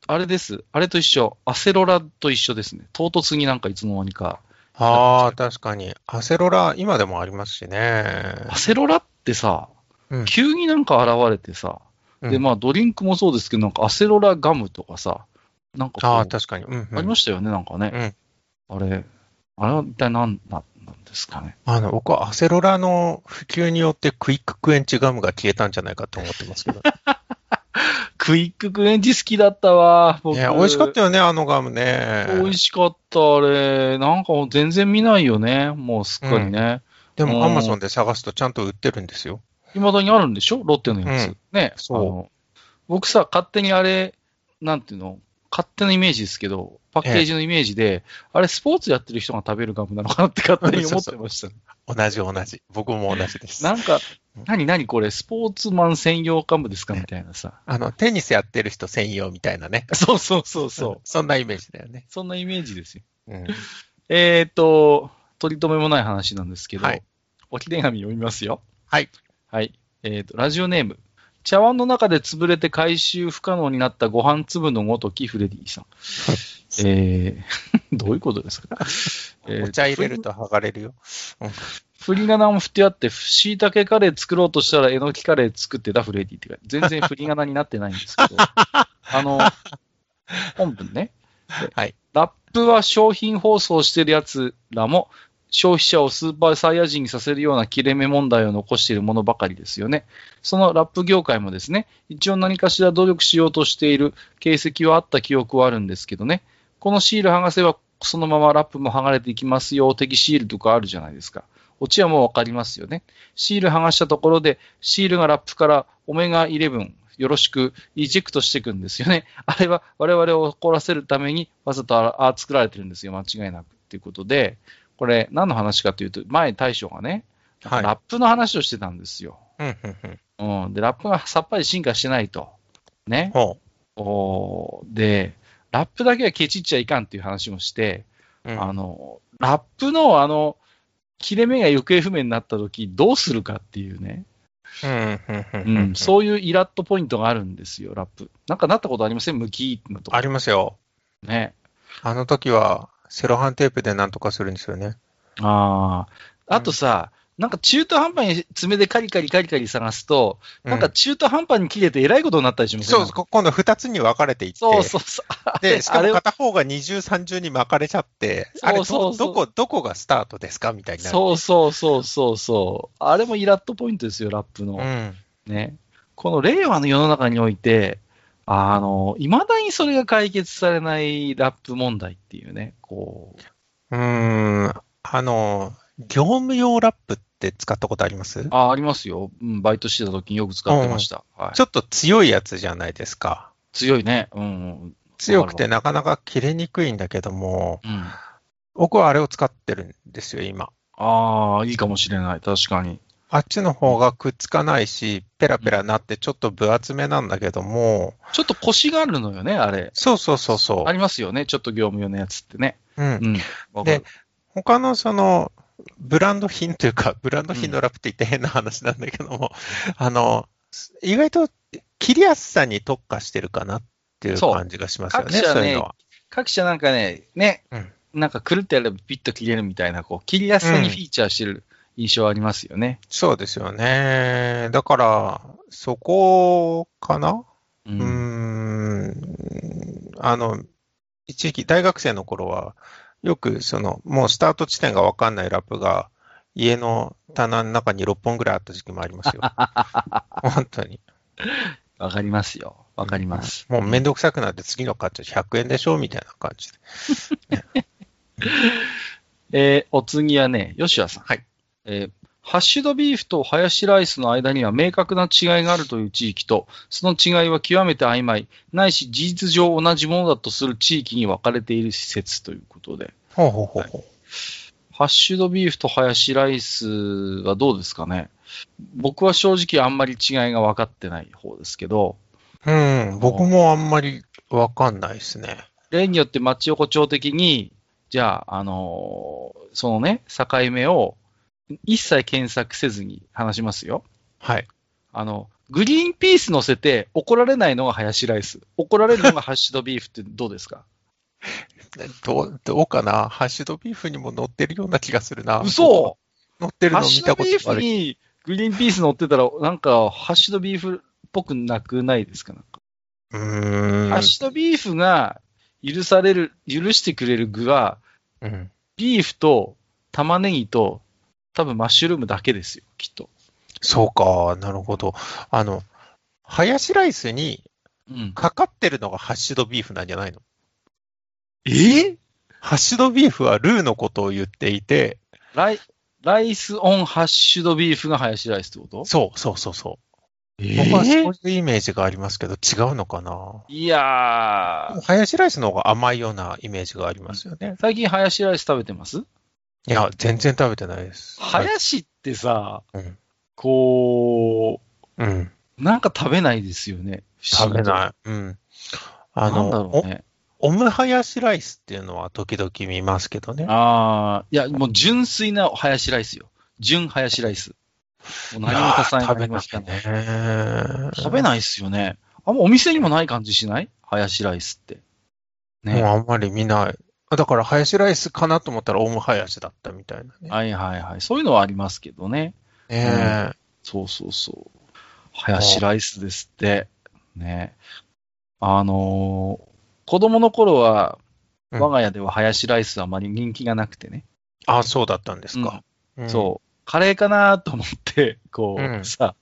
Speaker 2: あれです。あれと一緒。アセロラと一緒ですね。唐突になんかいつの間にか。
Speaker 3: ああ、確かに。アセロラ、今でもありますしね。
Speaker 2: アセロラってさ、
Speaker 3: うん
Speaker 2: 急になんか現れてさ、
Speaker 3: うん
Speaker 2: で、まあドリンクもそうですけど、なんかアセロラガムとかさ、なんかこう
Speaker 3: あ
Speaker 2: あ
Speaker 3: あ、確かに。うん、う
Speaker 2: り
Speaker 3: ん。
Speaker 2: ましたよね、なんかね。あれ、あれは一体何なんなんですかね。
Speaker 3: あの、僕はアセロラの普及によってクイッククエンチガムが消えたんじゃないかと思ってますけど。
Speaker 2: クイッククエンジ好きだったわ、僕。
Speaker 3: ね、美味しかったよね、あのガムね。
Speaker 2: 美味しかった、あれ。なんかもう全然見ないよね。もうすっかりね。
Speaker 3: で
Speaker 2: うん
Speaker 3: も、アマゾンで探すとちゃんと売ってるんですよ。
Speaker 2: 未だにあるんでしょロッテのやつ。
Speaker 3: うん
Speaker 2: ね。
Speaker 3: そう
Speaker 2: あの僕さ、勝手にあれ、なんていうの勝手なイメージですけど、パッケージのイメージで、あれスポーツやってる人が食べるガムなのかなって勝手 に思ってましたね、
Speaker 3: 同じ同じ。僕も同じです。
Speaker 2: なんか
Speaker 3: うん、
Speaker 2: 何何これスポーツマン専用ガムですかみたいな さ。
Speaker 3: あの、テニスやってる人専用みたいなね。
Speaker 2: そうそうそうそう。
Speaker 3: そんなイメージだよね。
Speaker 2: そんなイメージですよ。
Speaker 3: うん。
Speaker 2: えっ、と、取り留めもない話なんですけど、
Speaker 3: はい
Speaker 2: 置き手紙読みますよ。
Speaker 3: はい。
Speaker 2: はい。えっ、と、ラジオネーム。茶碗の中で潰れて回収不可能になったご飯粒のごときフレディ さん。えー、 どういうことですか、え
Speaker 3: お
Speaker 2: ー
Speaker 3: 茶入れると剥がれるよ。
Speaker 2: 振り仮名も振ってあって、しいたけカレー作ろうとしたら、えのきカレー作ってたフレディって書いて、全然振り仮名になってないんです けど、あの、本文ね。
Speaker 3: はい
Speaker 2: ラップは商品放送してるやつらも、消費者をスーパーサイヤ人にさせるような切れ目問題を残しているものばかりですよね。そのラップ業界もですね、一応何かしら努力しようとしている形跡はあった記憶はあるんですけどね、このシール剥がせばそのままラップも剥がれていきますよ的シールとかあるじゃないですか。オチはもうわかりますよね。シール剥がしたところで、シールがラップからオメガ11よろしくイジェクトしていくんですよね。 あれは我々を怒らせるためにわざとああ作られてるんですよ、間違いなく。ということで、これ何の話かというと、前大将がね、
Speaker 3: はい
Speaker 2: ラップの話をしてたんですよ。
Speaker 3: うん、うん、うん。
Speaker 2: うん。で、ラップがさっぱり進化してないと。ね。
Speaker 3: ほ
Speaker 2: おーで、ラップだけはケチっちゃいかんっていう話もして、
Speaker 3: う。うん
Speaker 2: あの、ラップのあの、切れ目が行方不明になった時どうするかっていうね、
Speaker 3: うん、うん、う。
Speaker 2: うん ん、そういうイラッとポイントがあるんですよ、ラップ。なんかなったことありませんムキーってなと
Speaker 3: あ
Speaker 2: か
Speaker 3: りますよ。
Speaker 2: ね。
Speaker 3: あの時は、セロハンテープでなんとかするんですよね。
Speaker 2: ああ。あとさ、なんか中途半端に爪でカリカリカリカリ探すと、
Speaker 3: う
Speaker 2: なんか中途半端に切れてえらいことになったりします
Speaker 3: そう、こ今度二つに分かれていって、
Speaker 2: そうそうそう。
Speaker 3: で、し か
Speaker 2: あれ
Speaker 3: も片方が二重、三重に分かれちゃって、
Speaker 2: そう
Speaker 3: あれど
Speaker 2: そうそう
Speaker 3: どこ、どこがスタートですかみたいになる。
Speaker 2: そうそうそうそうそう。あれもイラッとポイントですよ、ラップの。
Speaker 3: うん。
Speaker 2: ね、この令和の世の中において、あの、いまだにそれが解決されないラップ問題っていうね、こう。
Speaker 3: うーん。あの、業務用ラップって使ったことあります
Speaker 2: あ、ありますよ。うん、バイトしてた時によく使ってました。はい
Speaker 3: ち、ょっと強いやつじゃないですか。
Speaker 2: 強いね。うん。
Speaker 3: 強くてなかなか切れにくいんだけども、
Speaker 2: うん。うん
Speaker 3: 僕はあれを使ってるんですよ、今。
Speaker 2: ああ、いいかもしれない。確かに。
Speaker 3: あっちの方がくっつかないし、ペラペラなってちょっと分厚めなんだけども、
Speaker 2: ちょっと腰があるのよね、あれ。
Speaker 3: そうそうそうそ
Speaker 2: ありますよね。ちょっと業務用のやつってね。
Speaker 3: う。うん
Speaker 2: う。ん。わかる
Speaker 3: で、他のその、ブランド品というか、 ブランド品のラップって言って変な話なんだけども、あの、意外と切りやすさに特化してるかなっていう
Speaker 2: そう
Speaker 3: 感じがしますよね、
Speaker 2: 各社ね
Speaker 3: そういうのは。
Speaker 2: 各社なんかね、ね、
Speaker 3: うん
Speaker 2: なんかくるってやればピッと切れるみたいな、こう、切りやすさにフィーチャーしてる印象ありますよね。
Speaker 3: そうですよね。だから、そこかな
Speaker 2: う
Speaker 3: うんーん。あの、一時期大学生の頃は、よくその、もうスタート地点がわかんないラップが、家の棚の中に6本ぐらいあった時期もあり ますよ。本当に。
Speaker 2: わかりますよ。わかります。
Speaker 3: もうめんどくさくなって次の買っちゃう100円でしょみたいな感じで。
Speaker 2: えーお次はね、吉シさん。
Speaker 3: はい。
Speaker 2: えーハッシュドビーフとハヤシライスの間には明確な違いがあるという地域と、その違いは極めて曖昧、ないし事実上同じものだとする地域に分かれている施設ということで、
Speaker 3: ほうほうほうほう。
Speaker 2: ハッシュドビーフとハヤシライスはどうですかね僕は正直あんまり違いが分かってない方ですけど、
Speaker 3: うん、僕もあんまりわかんないですね。
Speaker 2: 例によって町横丁的に、じゃあ、あのーそのね、境目を一切検索せずに話しますよ。
Speaker 3: はい。
Speaker 2: あの、グリーンピース乗せて怒られないのがハヤシライス。怒られるのがハッシュドビーフってどうですか
Speaker 3: どう、どうかなハッシュドビーフにも乗ってるような気がするな。
Speaker 2: 嘘
Speaker 3: 乗ってる
Speaker 2: ハ
Speaker 3: の
Speaker 2: ッシ
Speaker 3: 見
Speaker 2: ュド
Speaker 3: たこ
Speaker 2: ビー
Speaker 3: とあ
Speaker 2: フ
Speaker 3: る。
Speaker 2: にグリーンピース乗ってたら、なんか、ハッシュドビーフっぽくなくないですかなんか
Speaker 3: うーん。
Speaker 2: ハッシュドビーフが許される、許してくれる具は、
Speaker 3: うん
Speaker 2: ビーフと玉ねぎと、多分マッシュルームだけですよ、きっと。
Speaker 3: そうか、なるほど。あの、ハヤシライスに
Speaker 2: うん。
Speaker 3: かかってるのがハッシュドビーフなんじゃないの
Speaker 2: えー
Speaker 3: ハッシュドビーフはルーのことを言っていて、
Speaker 2: ライライスオンハッシュドビーフがハヤシライスってこと
Speaker 3: そうそうそうそう。
Speaker 2: え
Speaker 3: 僕はそういうイメージがありますけど、違うのかない
Speaker 2: やー、
Speaker 3: ハヤシライスの方が甘いようなイメージがありますよね。
Speaker 2: 最近ハヤシライス食べてます
Speaker 3: いや、全然食べてないです。
Speaker 2: ハヤシってさ、
Speaker 3: うん
Speaker 2: こ
Speaker 3: うん。
Speaker 2: う、なんか食べないですよね。
Speaker 3: 食べ
Speaker 2: い。
Speaker 3: ない。うん。あ
Speaker 2: なんだ
Speaker 3: の、
Speaker 2: ろうね。
Speaker 3: おオムハヤシライスっていうのは時々見ますけどね。
Speaker 2: ああ、いや、もう純粋なハヤシライスよ。純ハヤシライス。もう何も足さない
Speaker 3: 食べ
Speaker 2: ま
Speaker 3: な
Speaker 2: すか
Speaker 3: い
Speaker 2: ね。
Speaker 3: ね。
Speaker 2: 食べないっすよね。あんまお店にもない感じしないハヤシライスって。ね。
Speaker 3: もうあんまり見ない。だから、ハヤシライスかなと思ったら、オムハヤシだったみたいなね。
Speaker 2: はいはいはい。そういうのはありますけどね。
Speaker 3: ねえ
Speaker 2: そうそうそう。ハヤシライスですって。ね。あのー子供の頃は、
Speaker 3: うん
Speaker 2: 我が家ではハヤシライスはあまり人気がなくてね。
Speaker 3: あ、そうだったんですか。うん
Speaker 2: そう。カレーかなと思って、こう、
Speaker 3: うん
Speaker 2: さ、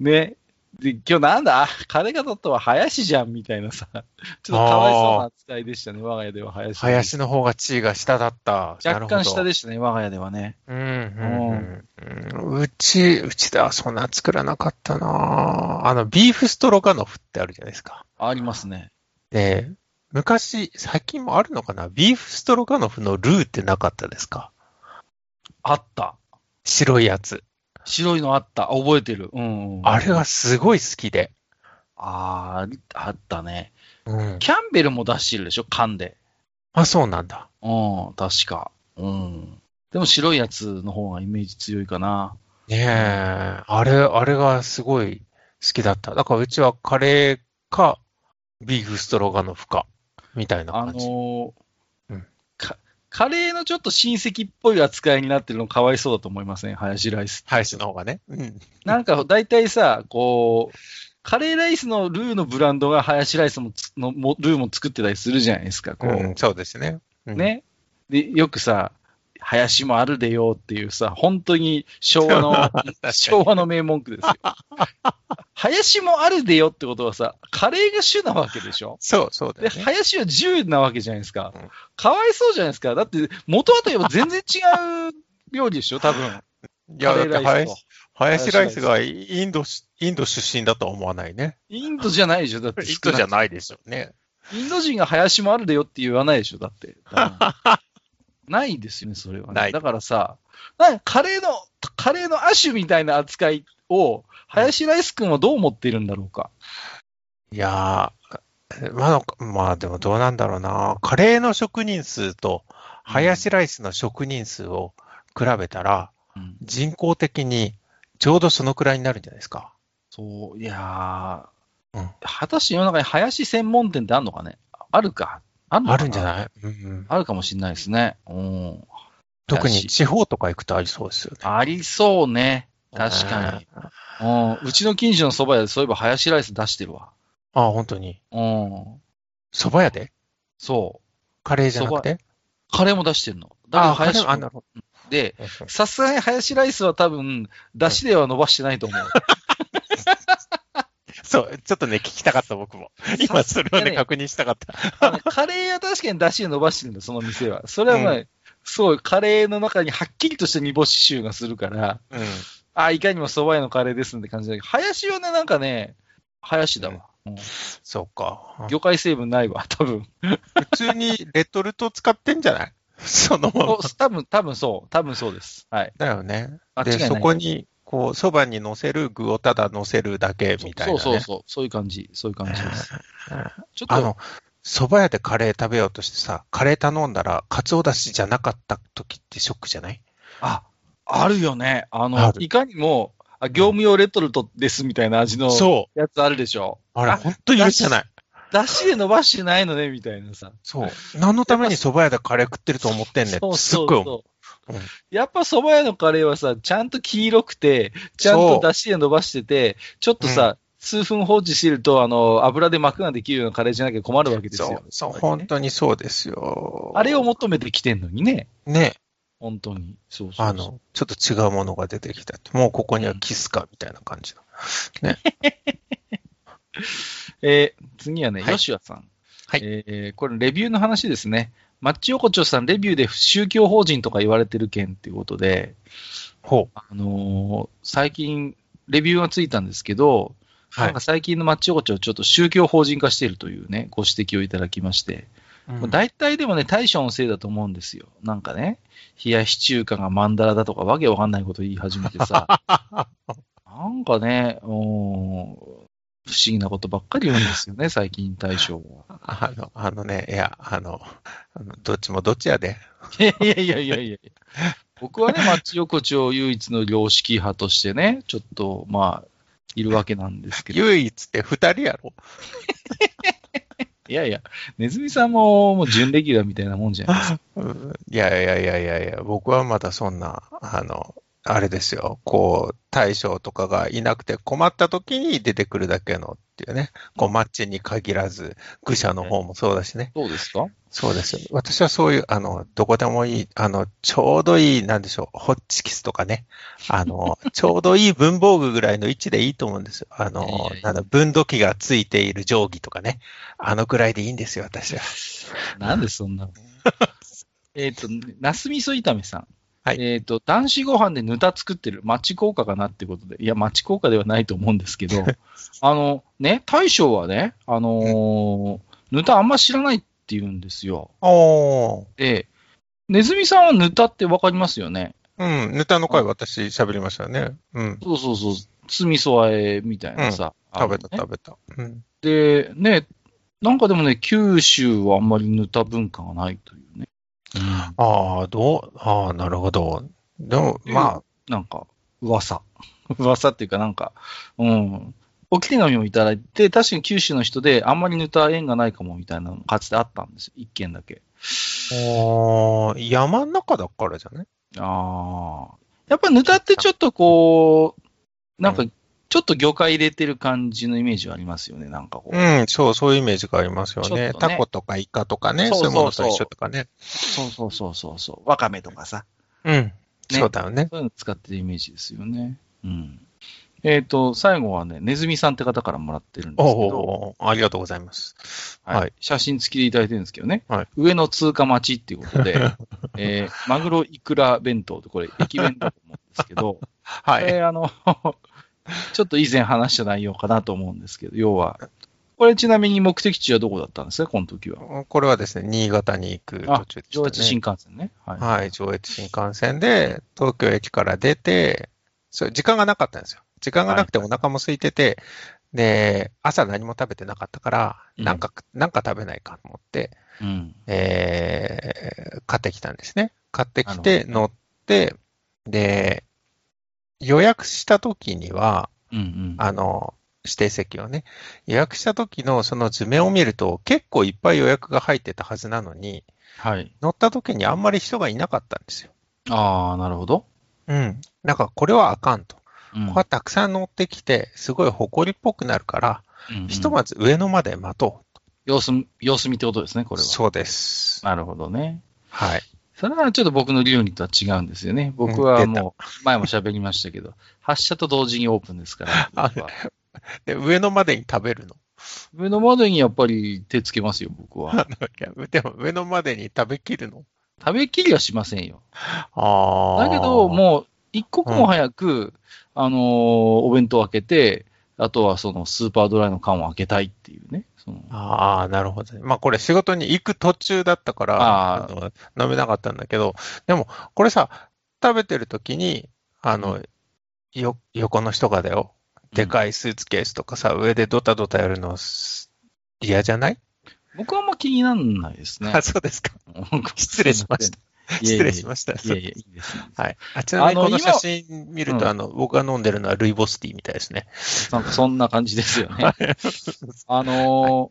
Speaker 2: ね。で、今日なんだカレーがだったはハヤシじゃんみたいなさ。ちょっとかわいそうな扱いでしたね。我が家ではハヤシ。
Speaker 3: ハヤシの方が地位が下だった。
Speaker 2: 若干下
Speaker 3: で。
Speaker 2: でしたね、我が家ではね。
Speaker 3: うんうんうんうんうち、うちではそんな作らなかったなあの、ビーフストロガノフってあるじゃないですか。
Speaker 2: ありますね。
Speaker 3: で、昔、最近もあるのかなビーフストロガノフのルーってなかったですか
Speaker 2: あった。
Speaker 3: 白いやつ。
Speaker 2: 白いのあった。あ覚えてる。うん、うん。
Speaker 3: あれがすごい好きで。
Speaker 2: あーあったね。
Speaker 3: うん。
Speaker 2: キャンベルも出してるでしょ缶で。
Speaker 3: あ、そうなんだ。
Speaker 2: うん、確か。うん。でも白いやつの方がイメージ強いかな。
Speaker 3: ねえ、あれ、あれがすごい好きだった。だからうちはカレーか、ビーフストロガノフか、みたいな
Speaker 2: あの
Speaker 3: 感じ。
Speaker 2: ー
Speaker 3: うん
Speaker 2: かカレーのちょっと親戚っぽい扱いになってるのかわいそうだと思いませんハヤシライスって。
Speaker 3: ハヤシの方がね。うん。
Speaker 2: なんか大体さ、こう、カレーライスのルーのブランドがハヤシライスもつのもルーも作ってたりするじゃないですか、こう。
Speaker 3: うん、そうですね。うん、
Speaker 2: ね。で、よくさ、林もあるでよっていうさ、本当に昭和 の、昭和の名文句ですよ。 林もあるでよってことはさ、カレーが主なわけでしょ
Speaker 3: そう、そうだ
Speaker 2: で、
Speaker 3: よね。
Speaker 2: 林は10なわけじゃないですか
Speaker 3: うん。
Speaker 2: かわいそうじゃないですか。だって、元はといえば全然違う料理でしょ多分。
Speaker 3: いや、
Speaker 2: カ
Speaker 3: だって
Speaker 2: レー
Speaker 3: ハ
Speaker 2: ライ
Speaker 3: ヤ
Speaker 2: スと
Speaker 3: シ、ハヤシライスがインドし、インド出身だとは思わないね。
Speaker 2: インドじゃないでしょだって
Speaker 3: イン
Speaker 2: 少
Speaker 3: ド
Speaker 2: な
Speaker 3: じゃ
Speaker 2: く。
Speaker 3: ないでしょうね。
Speaker 2: インド人が林もあるでよって言わないでしょだ って。ないですよね、それは、
Speaker 3: な
Speaker 2: ね。
Speaker 3: い
Speaker 2: だからさ、なんかカレーの、カレーの亜種みたいな扱いを、林ライス君はどう思っているんだろうか。
Speaker 3: いやー、まあ、まあでもどうなんだろうな。カレーの職人数と、ハヤシライスの職人数を比べたら、
Speaker 2: うん
Speaker 3: 人口的にちょうどそのくらいになるんじゃないですか。
Speaker 2: そう、いやー、
Speaker 3: うん
Speaker 2: 果たして世の中に林専門店ってあるのかねあるか。あるのか
Speaker 3: あるんじゃ
Speaker 2: い
Speaker 3: ない、うんうん
Speaker 2: あるかもしれないですね。うん。
Speaker 3: 特に地方とか行くとありそうですよね。
Speaker 2: ありそうね。確かに。
Speaker 3: あ
Speaker 2: うん。うちの近所の蕎麦屋でそういえば林ライス出してるわ。
Speaker 3: あ、本当に。
Speaker 2: うん。
Speaker 3: 蕎麦屋で
Speaker 2: そ
Speaker 3: カレーじゃなくて
Speaker 2: う。カレーも出してるの。だけ
Speaker 3: あ
Speaker 2: ど
Speaker 3: あ、カレー
Speaker 2: 林
Speaker 3: も、あ、なるほど。
Speaker 2: で、さすがにハヤシライスは多分、出汁では伸ばしてないと思う。
Speaker 3: そう、ちょっとね、聞きたかった 僕も。今それをね、確認したかった。
Speaker 2: あのカレーは確かに出汁で伸ばしてるんだよ、その店は。それはまあ、
Speaker 3: う
Speaker 2: すごいカレーの中にはっきりとした煮干し臭がするから、
Speaker 3: うん。
Speaker 2: あいかにも蕎麦屋のカレーですんって感じだけど、ハヤシはね、なんかね、ハヤシだわ。うん
Speaker 3: そうか。
Speaker 2: 魚介成分ないわ、多分。
Speaker 3: 普通にレトルト使ってんじゃない そのまま
Speaker 2: お多分、多分そう、多分そうです。はい。
Speaker 3: だよね。
Speaker 2: 間違い
Speaker 3: で、
Speaker 2: ない。
Speaker 3: そこに、こう、そばに乗せる具をただ乗せるだけみたいな、ね。
Speaker 2: そうそうそう、そういう感じ、そういう感じ です。ちょっ
Speaker 3: あ
Speaker 2: と、
Speaker 3: の、蕎麦屋でカレー食べようとしてさ、カレー頼んだら、カツオだしじゃなかった時ってショックじゃない
Speaker 2: あ、あるよね。あの、
Speaker 3: ある
Speaker 2: いかにも、あ、業務用レトルトですみたいな味の
Speaker 3: そう。
Speaker 2: やつあるでしょ。
Speaker 3: あれ、
Speaker 2: あ
Speaker 3: ほんと許せない。
Speaker 2: 出汁で伸ばしてないのね、みたいなさ。
Speaker 3: そう。何のために蕎麦屋でカレー食ってると思ってんねんってすっごい思う。
Speaker 2: そう
Speaker 3: うん
Speaker 2: やっぱ蕎麦屋のカレーはさ、ちゃんと黄色くて、ちゃんと出汁で伸ばしてて、ちょっとさ、数分放置してると、あの、油で膜ができるようなカレーじゃなきゃ困るわけです
Speaker 3: そ
Speaker 2: よ
Speaker 3: う。、そう、本当にそうですよ。
Speaker 2: あれを求めてきてんのにね。
Speaker 3: ね、
Speaker 2: 本当に。そうそうそう
Speaker 3: あの、ちょっと違うものが出てきたって。もうここにはキスか、みたいな感じの。
Speaker 2: えー次はね、
Speaker 3: はい
Speaker 2: ヨシュアさん。
Speaker 3: はい
Speaker 2: えーこれ、レビューの話ですね。マッチ横丁さん、レビューで宗教法人とか言われてる件っていうことで、
Speaker 3: ほう。
Speaker 2: あのー最近、レビューがついたんですけど、
Speaker 3: は
Speaker 2: ないんか。最近のマッチ横丁、ちょっと宗教法人化しているというね、ご指摘をいただきまして、もう大体でもね、大将のせいだと思うんですよ。なんかね、冷やし中華がマンダラだとか、わけわかんないこと言い始めて さ、なんかね、うーん不思議なことばっかり言うんですよね、最近大将は。
Speaker 3: あの、あのね、いや、あの、 あのどっちもどっちやで。
Speaker 2: いやいやいやいやいや僕はね、町横丁唯一の良識派としてね、ちょっと、まあ、いるわけなんですけど。
Speaker 3: 唯一って二人やろ。
Speaker 2: いやいや、ネズミさんも、もう準レギュラーみたいなもんじゃないですか。
Speaker 3: うんいやいやいやいやいや、僕はまだそんな、あの、あれですよ、こう、大将とかがいなくて困った時に出てくるだけのっていうね、こう、マッチに限らず、愚者の方もそうだしね。
Speaker 2: どうですか
Speaker 3: そうですよ。私はそういう、あの、どこでもいい、あの、ちょうどいい、なんでしょう、ホッチキスとかね。あの、ちょうどいい文房具ぐらいの位置でいいと思うんですよ。あ
Speaker 2: いやい
Speaker 3: の
Speaker 2: やい、や
Speaker 3: なんだ、分度器がついている定規とかね。あのくらいでいいんですよ、私は。
Speaker 2: なんでそんなの えっと、ナス味噌炒めさん。
Speaker 3: はい
Speaker 2: えっ、と、男子ご飯でぬた作ってる。町効果かなってことで。いや、町効果ではないと思うんですけど、 あの、ね、大将はね、あのーぬたあんま知らないって言うんですよ。
Speaker 3: おー。
Speaker 2: で、ネズミさんはぬたってわかりますよね。
Speaker 3: うん、ネタの回私喋りましたよね。うん。
Speaker 2: そうそうそう。酢味噌和えみたいなさ。
Speaker 3: 食べた
Speaker 2: あのね
Speaker 3: 食べた。うん。
Speaker 2: で、ね、なんかでもね、九州はあんまりぬた文化がないというね。
Speaker 3: ああ、どうああ、なるほど。でも、ま
Speaker 2: なんか、噂。 噂っていうか、なんか、うん。置き手紙をいただいて、確かに九州の人で、あんまりぬた縁がないかもみたいなのかつてあったんですよ。一件だけ。
Speaker 3: あ、おー山の中だからじゃない
Speaker 2: ああ。やっぱぬたってちょっとこう、なんか、ちょっと魚介入れてる感じのイメージはありますよね、なんかこう。
Speaker 3: うん、そう、そういうイメージがありますよ
Speaker 2: ちょっと
Speaker 3: ね
Speaker 2: ね。
Speaker 3: タコとかイカとかね、
Speaker 2: そう
Speaker 3: そう
Speaker 2: そ
Speaker 3: いう
Speaker 2: そ
Speaker 3: う
Speaker 2: う
Speaker 3: ものと一緒とかね。
Speaker 2: そうそうそうそうそう。わかめとかさ。
Speaker 3: うん、そうだよね。
Speaker 2: そういうの使ってるイメージですよね。うん。えっ、と、最後はね、ネズミさんって方からもらってるんですけど、
Speaker 3: おお、ありがとうございます。
Speaker 2: はい
Speaker 3: はい
Speaker 2: 写真付きでいただいてるんですけどね、
Speaker 3: はい
Speaker 2: 上の通過待ちっていうことで、 えーマグロイクラ弁当って、これ、駅弁だと思うんですけど、
Speaker 3: は
Speaker 2: こ
Speaker 3: い。
Speaker 2: れあの ちょっと以前話した内容かなと思うんですけど、要は、これちなみに目的地はどこだったんですか、この時は。
Speaker 3: これはですね、新潟に行く途中でした、ね。
Speaker 2: 上越新幹線ね。はい。
Speaker 3: はい、上越新幹線で、東京駅から出て、そう、時間がなかったんですよ。時間がなくてお腹も空いてて、で、朝何も食べてなかったから、
Speaker 2: うん
Speaker 3: なんか、なんか食べないかと思って、
Speaker 2: うん。
Speaker 3: えー、買ってきたんですね。買ってき
Speaker 2: な
Speaker 3: て、乗って、で、予約した時には、
Speaker 2: うんうん。
Speaker 3: あの、指定席をね、予約した時のその図面を見ると、結構いっぱい予約が入ってたはずなのに、
Speaker 2: はい。
Speaker 3: 乗った時にあんまり人がいなかったんですよ。
Speaker 2: ああ、なるほど。
Speaker 3: うん。なんか、これはあかんと。
Speaker 2: うん
Speaker 3: ここはたくさん乗ってきて、すごい誇りっぽくなるから、
Speaker 2: うんうん
Speaker 3: ひとまず上野まで待とう。
Speaker 2: 様子見、様子見ってことですね、これは。
Speaker 3: そうです。
Speaker 2: なるほどね。
Speaker 3: はい。
Speaker 2: それはちょっと僕の理論とは違うんですよね。僕はもう、前も喋りましたけど、 発射と同時にオープンですから、
Speaker 3: あ
Speaker 2: 僕は。
Speaker 3: で、上野までに食べるの。
Speaker 2: 上の窓にやっぱり手つけますよ、僕は。
Speaker 3: いやでも、上野までに食べきるの。
Speaker 2: 食べきりはしませんよ。
Speaker 3: あ
Speaker 2: だけど、もう、一刻も早く、あのーお弁当を開けて、あとはそのスーパードライの缶を開けたいっていうね。その
Speaker 3: ああ、なるほどね。まあこれ仕事に行く途中だったから、
Speaker 2: あ
Speaker 3: あの飲めなかったんだけど、でもこれさ、食べてる時に、あの、よ、横の人がだよ。でかいスーツケースとかさ、上でドタドタやるのす嫌じゃない、
Speaker 2: 僕はあんま気にならないですね
Speaker 3: あ、。そうですか。失礼しました。失礼しました。
Speaker 2: いやいや、いいですね。
Speaker 3: はい。あちなみにこ
Speaker 2: あの今
Speaker 3: の写真見る
Speaker 2: うん
Speaker 3: と、あの、僕が飲んでるのはルイボスティーみたいですね。
Speaker 2: なんかそんな感じですよね。あのー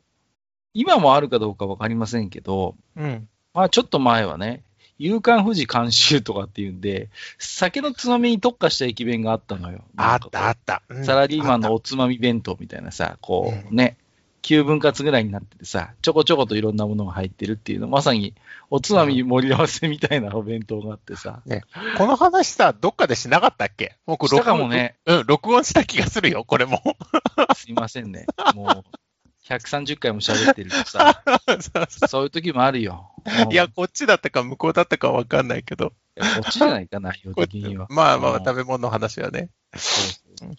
Speaker 2: 今もあるかどうかわかりませんけど、
Speaker 3: うん。
Speaker 2: まあちょっと前はね、夕刊富士監修とかっていうんで、酒のつまみに特化した駅弁があったのよ。
Speaker 3: あ
Speaker 2: なんか
Speaker 3: っ
Speaker 2: こう
Speaker 3: たあった。うん
Speaker 2: サラリーマンのおつまみ弁当みたいなさ、こ
Speaker 3: う
Speaker 2: うね、9分割ぐらいになっててさ、ちょこちょこといろんなものが入ってるっていうの、まさにおつまみ盛り合わせみたいなお弁当があって さ、
Speaker 3: この話さ、どっかでしなかったっけ僕、
Speaker 2: したかもね、
Speaker 3: 録音。うん、録音した気がするよ、これも。
Speaker 2: すいませんね。もう、130回も喋ってるとさ、
Speaker 3: そうそ
Speaker 2: そういう時もあるよ。
Speaker 3: ういや、こっちだったか向こうだったかわかんないけど。
Speaker 2: こっちじゃないかな、内容
Speaker 3: こっ
Speaker 2: 的
Speaker 3: ち
Speaker 2: には。
Speaker 3: まあまあ、
Speaker 2: うん
Speaker 3: 食べ物の話はね。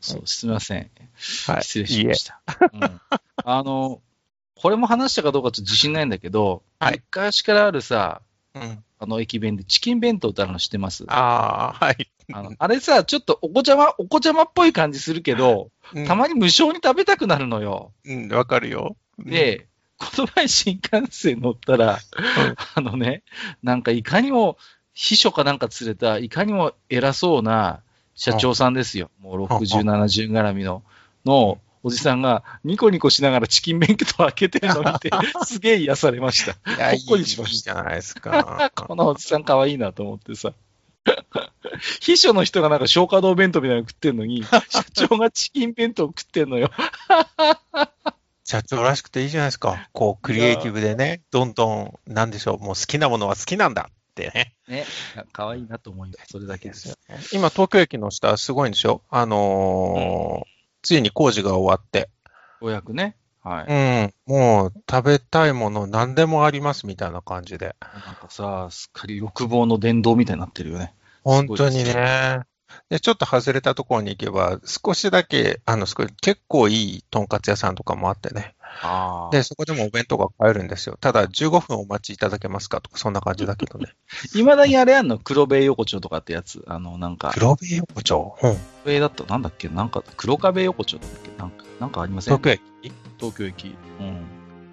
Speaker 2: そう、すみません。
Speaker 3: はい
Speaker 2: 失礼しました。うんあの、これも話したかどうかちょっと自信ないんだけど、
Speaker 3: はい
Speaker 2: 昔からあるさ、
Speaker 3: うん。
Speaker 2: あの駅弁でチキン弁当ってあるの知ってますあ
Speaker 3: ああ、はい。
Speaker 2: のあれさ、ちょっとお子ちゃま、お子ちゃまっぽい感じするけど、
Speaker 3: うん
Speaker 2: たまに無償に食べたくなるのよ。
Speaker 3: うん、わかるよ。うん、
Speaker 2: で、この前新幹線乗ったら、あのね、なんかいかにも、秘書かなんか連れた、いかにも偉そうな社長さんですよ。もう60、
Speaker 3: う
Speaker 2: 70絡みの、のおじさんがニコニコしながらチキン弁当開けてるの 見て、すげえ癒されました。
Speaker 3: いや、
Speaker 2: ほっこりしま
Speaker 3: いい
Speaker 2: し。
Speaker 3: じゃないですか
Speaker 2: このおじさん可愛いなと思ってさ。 秘書の人がなんか消化道弁当みたいなの食ってんのに、社長がチキン弁当食ってんのよ。
Speaker 3: 社長らしくていいじゃないですか。こう、クリエイティブでね、どんどん、なんでしょう、もう好きなものは好きなんだってね。
Speaker 2: ね、可愛いなと思います。それだけです。
Speaker 3: 今、東京駅の下、すごいんでしょあのーついに工事が終わって、
Speaker 2: お役ね。はい。
Speaker 3: うん、もう食べたいもの何でもありますみたいな感じで。
Speaker 2: なんかさ、すっかり欲望の伝道みたいになってるよね。
Speaker 3: 本当にね。で、ちょっと外れたところに行けば、少しだけ、あの、すごい、結構いいとんかつ屋さんとかもあってね。
Speaker 2: あ
Speaker 3: で、そこでもお弁当が買えるんですよ。ただ、15分お待ちいただけますかとか、そんな感じだけどね。
Speaker 2: いまだにあれやんの黒部横丁とかってやつ。あの、なんか、黒
Speaker 3: 黒部横丁。うん。
Speaker 2: 部だったなんだっけなんか、黒壁横丁だっけなんか、なんかありません
Speaker 3: 東京駅。
Speaker 2: 東京駅。うん。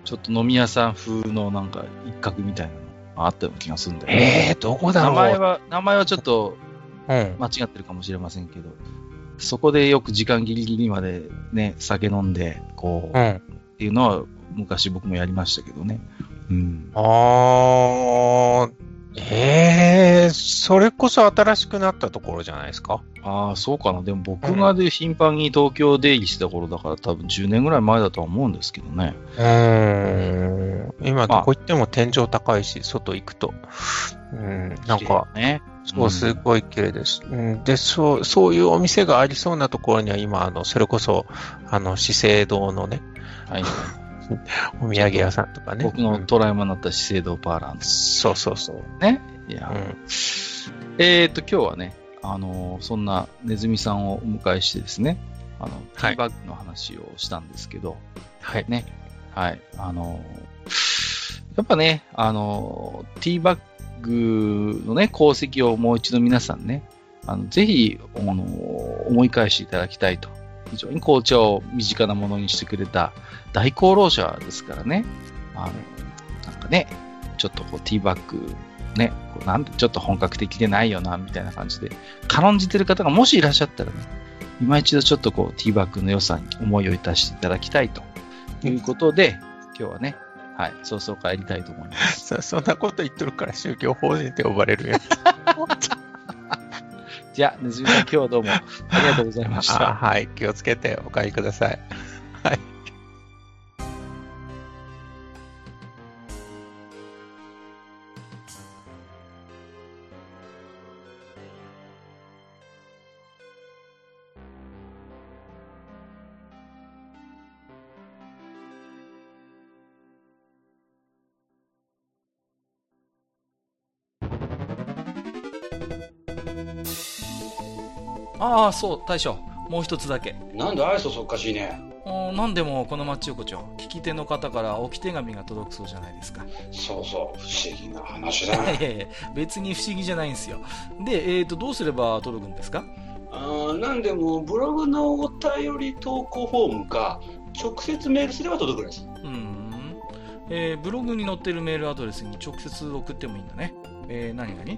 Speaker 2: ちょっと飲み屋さん風のなんか一角みたいなのあったような気がするんだよね。
Speaker 3: ええー、どこだろ
Speaker 2: 名
Speaker 3: う。
Speaker 2: 前は、名前はちょっと
Speaker 3: うん。
Speaker 2: 間違ってるかもしれませんけど、そこでよく時間ギリギリまでね、酒飲んで、こう、
Speaker 3: う
Speaker 2: っ
Speaker 3: ん。
Speaker 2: ていうのは昔僕もやりましたけどね。うん。
Speaker 3: あー、ええー、それこそ新しくなったところじゃないですか。
Speaker 2: ああ、そうかな。でも僕がで頻繁に東京出入りしてた頃だから多分10年ぐらい前だとは思うんですけどね。
Speaker 3: うーん。今、どこ行っても天井高いし、外行くと。うん、なんか、
Speaker 2: 綺麗ね。
Speaker 3: そう、すごい綺麗です。うん、で、そう、そういうお店がありそうなところには今、あの、それこそ、あの、資生堂のね、
Speaker 2: はい。
Speaker 3: お土産屋さんとかね。
Speaker 2: 僕
Speaker 3: う
Speaker 2: の
Speaker 3: ん
Speaker 2: トラウマになった資生堂パーラーで
Speaker 3: そうそうそう。
Speaker 2: ね。いや、
Speaker 3: うん。
Speaker 2: えーっと、今日はね、あのーそんなネズミさんをお迎えしてですね、あの、テ
Speaker 3: は
Speaker 2: ィー
Speaker 3: い
Speaker 2: バッグの話をしたんですけど、
Speaker 3: はい。
Speaker 2: ね。はい。あのーやっぱね、あのーティーバッグのね、功績をもう一度皆さんね、あのぜひ、あのー思い返していただきたいと。非常に紅茶を身近なものにしてくれた大功労者ですからね。あの、なんかね、ちょっとこうティーバッグ、ね、こうなんでちょっと本格的でないよな、みたいな感じで、軽んじてる方がもしいらっしゃったらね、今一度ちょっとこうティーバッグの良さに思いをいたしていただきたいとということで、今日はね、はい、早々帰りたいと思い ます。
Speaker 3: そそんなこと言っとるから宗教法人って呼ばれるよ。
Speaker 2: じゃあ、ねずみさん、今日はどうもありがとうございました。
Speaker 3: あはい、気をつけてお帰りください。
Speaker 4: ああそう大将もう一つだけ
Speaker 5: なんで愛想そっかしいね
Speaker 4: うんなんでもこの町横丁聞き手の方から置き手紙が届くそうじゃないですか い
Speaker 5: そうそう不思議な話だ
Speaker 4: やいやいや別に不思議じゃないんですよでえー、とどうすれば届くんですか
Speaker 5: あーなんでもブログのお便り投稿フォームか直接メールすれば届くんです
Speaker 4: うーん、えー、ブログに載ってるメールアドレスに直接送ってもいいんだねえー、何何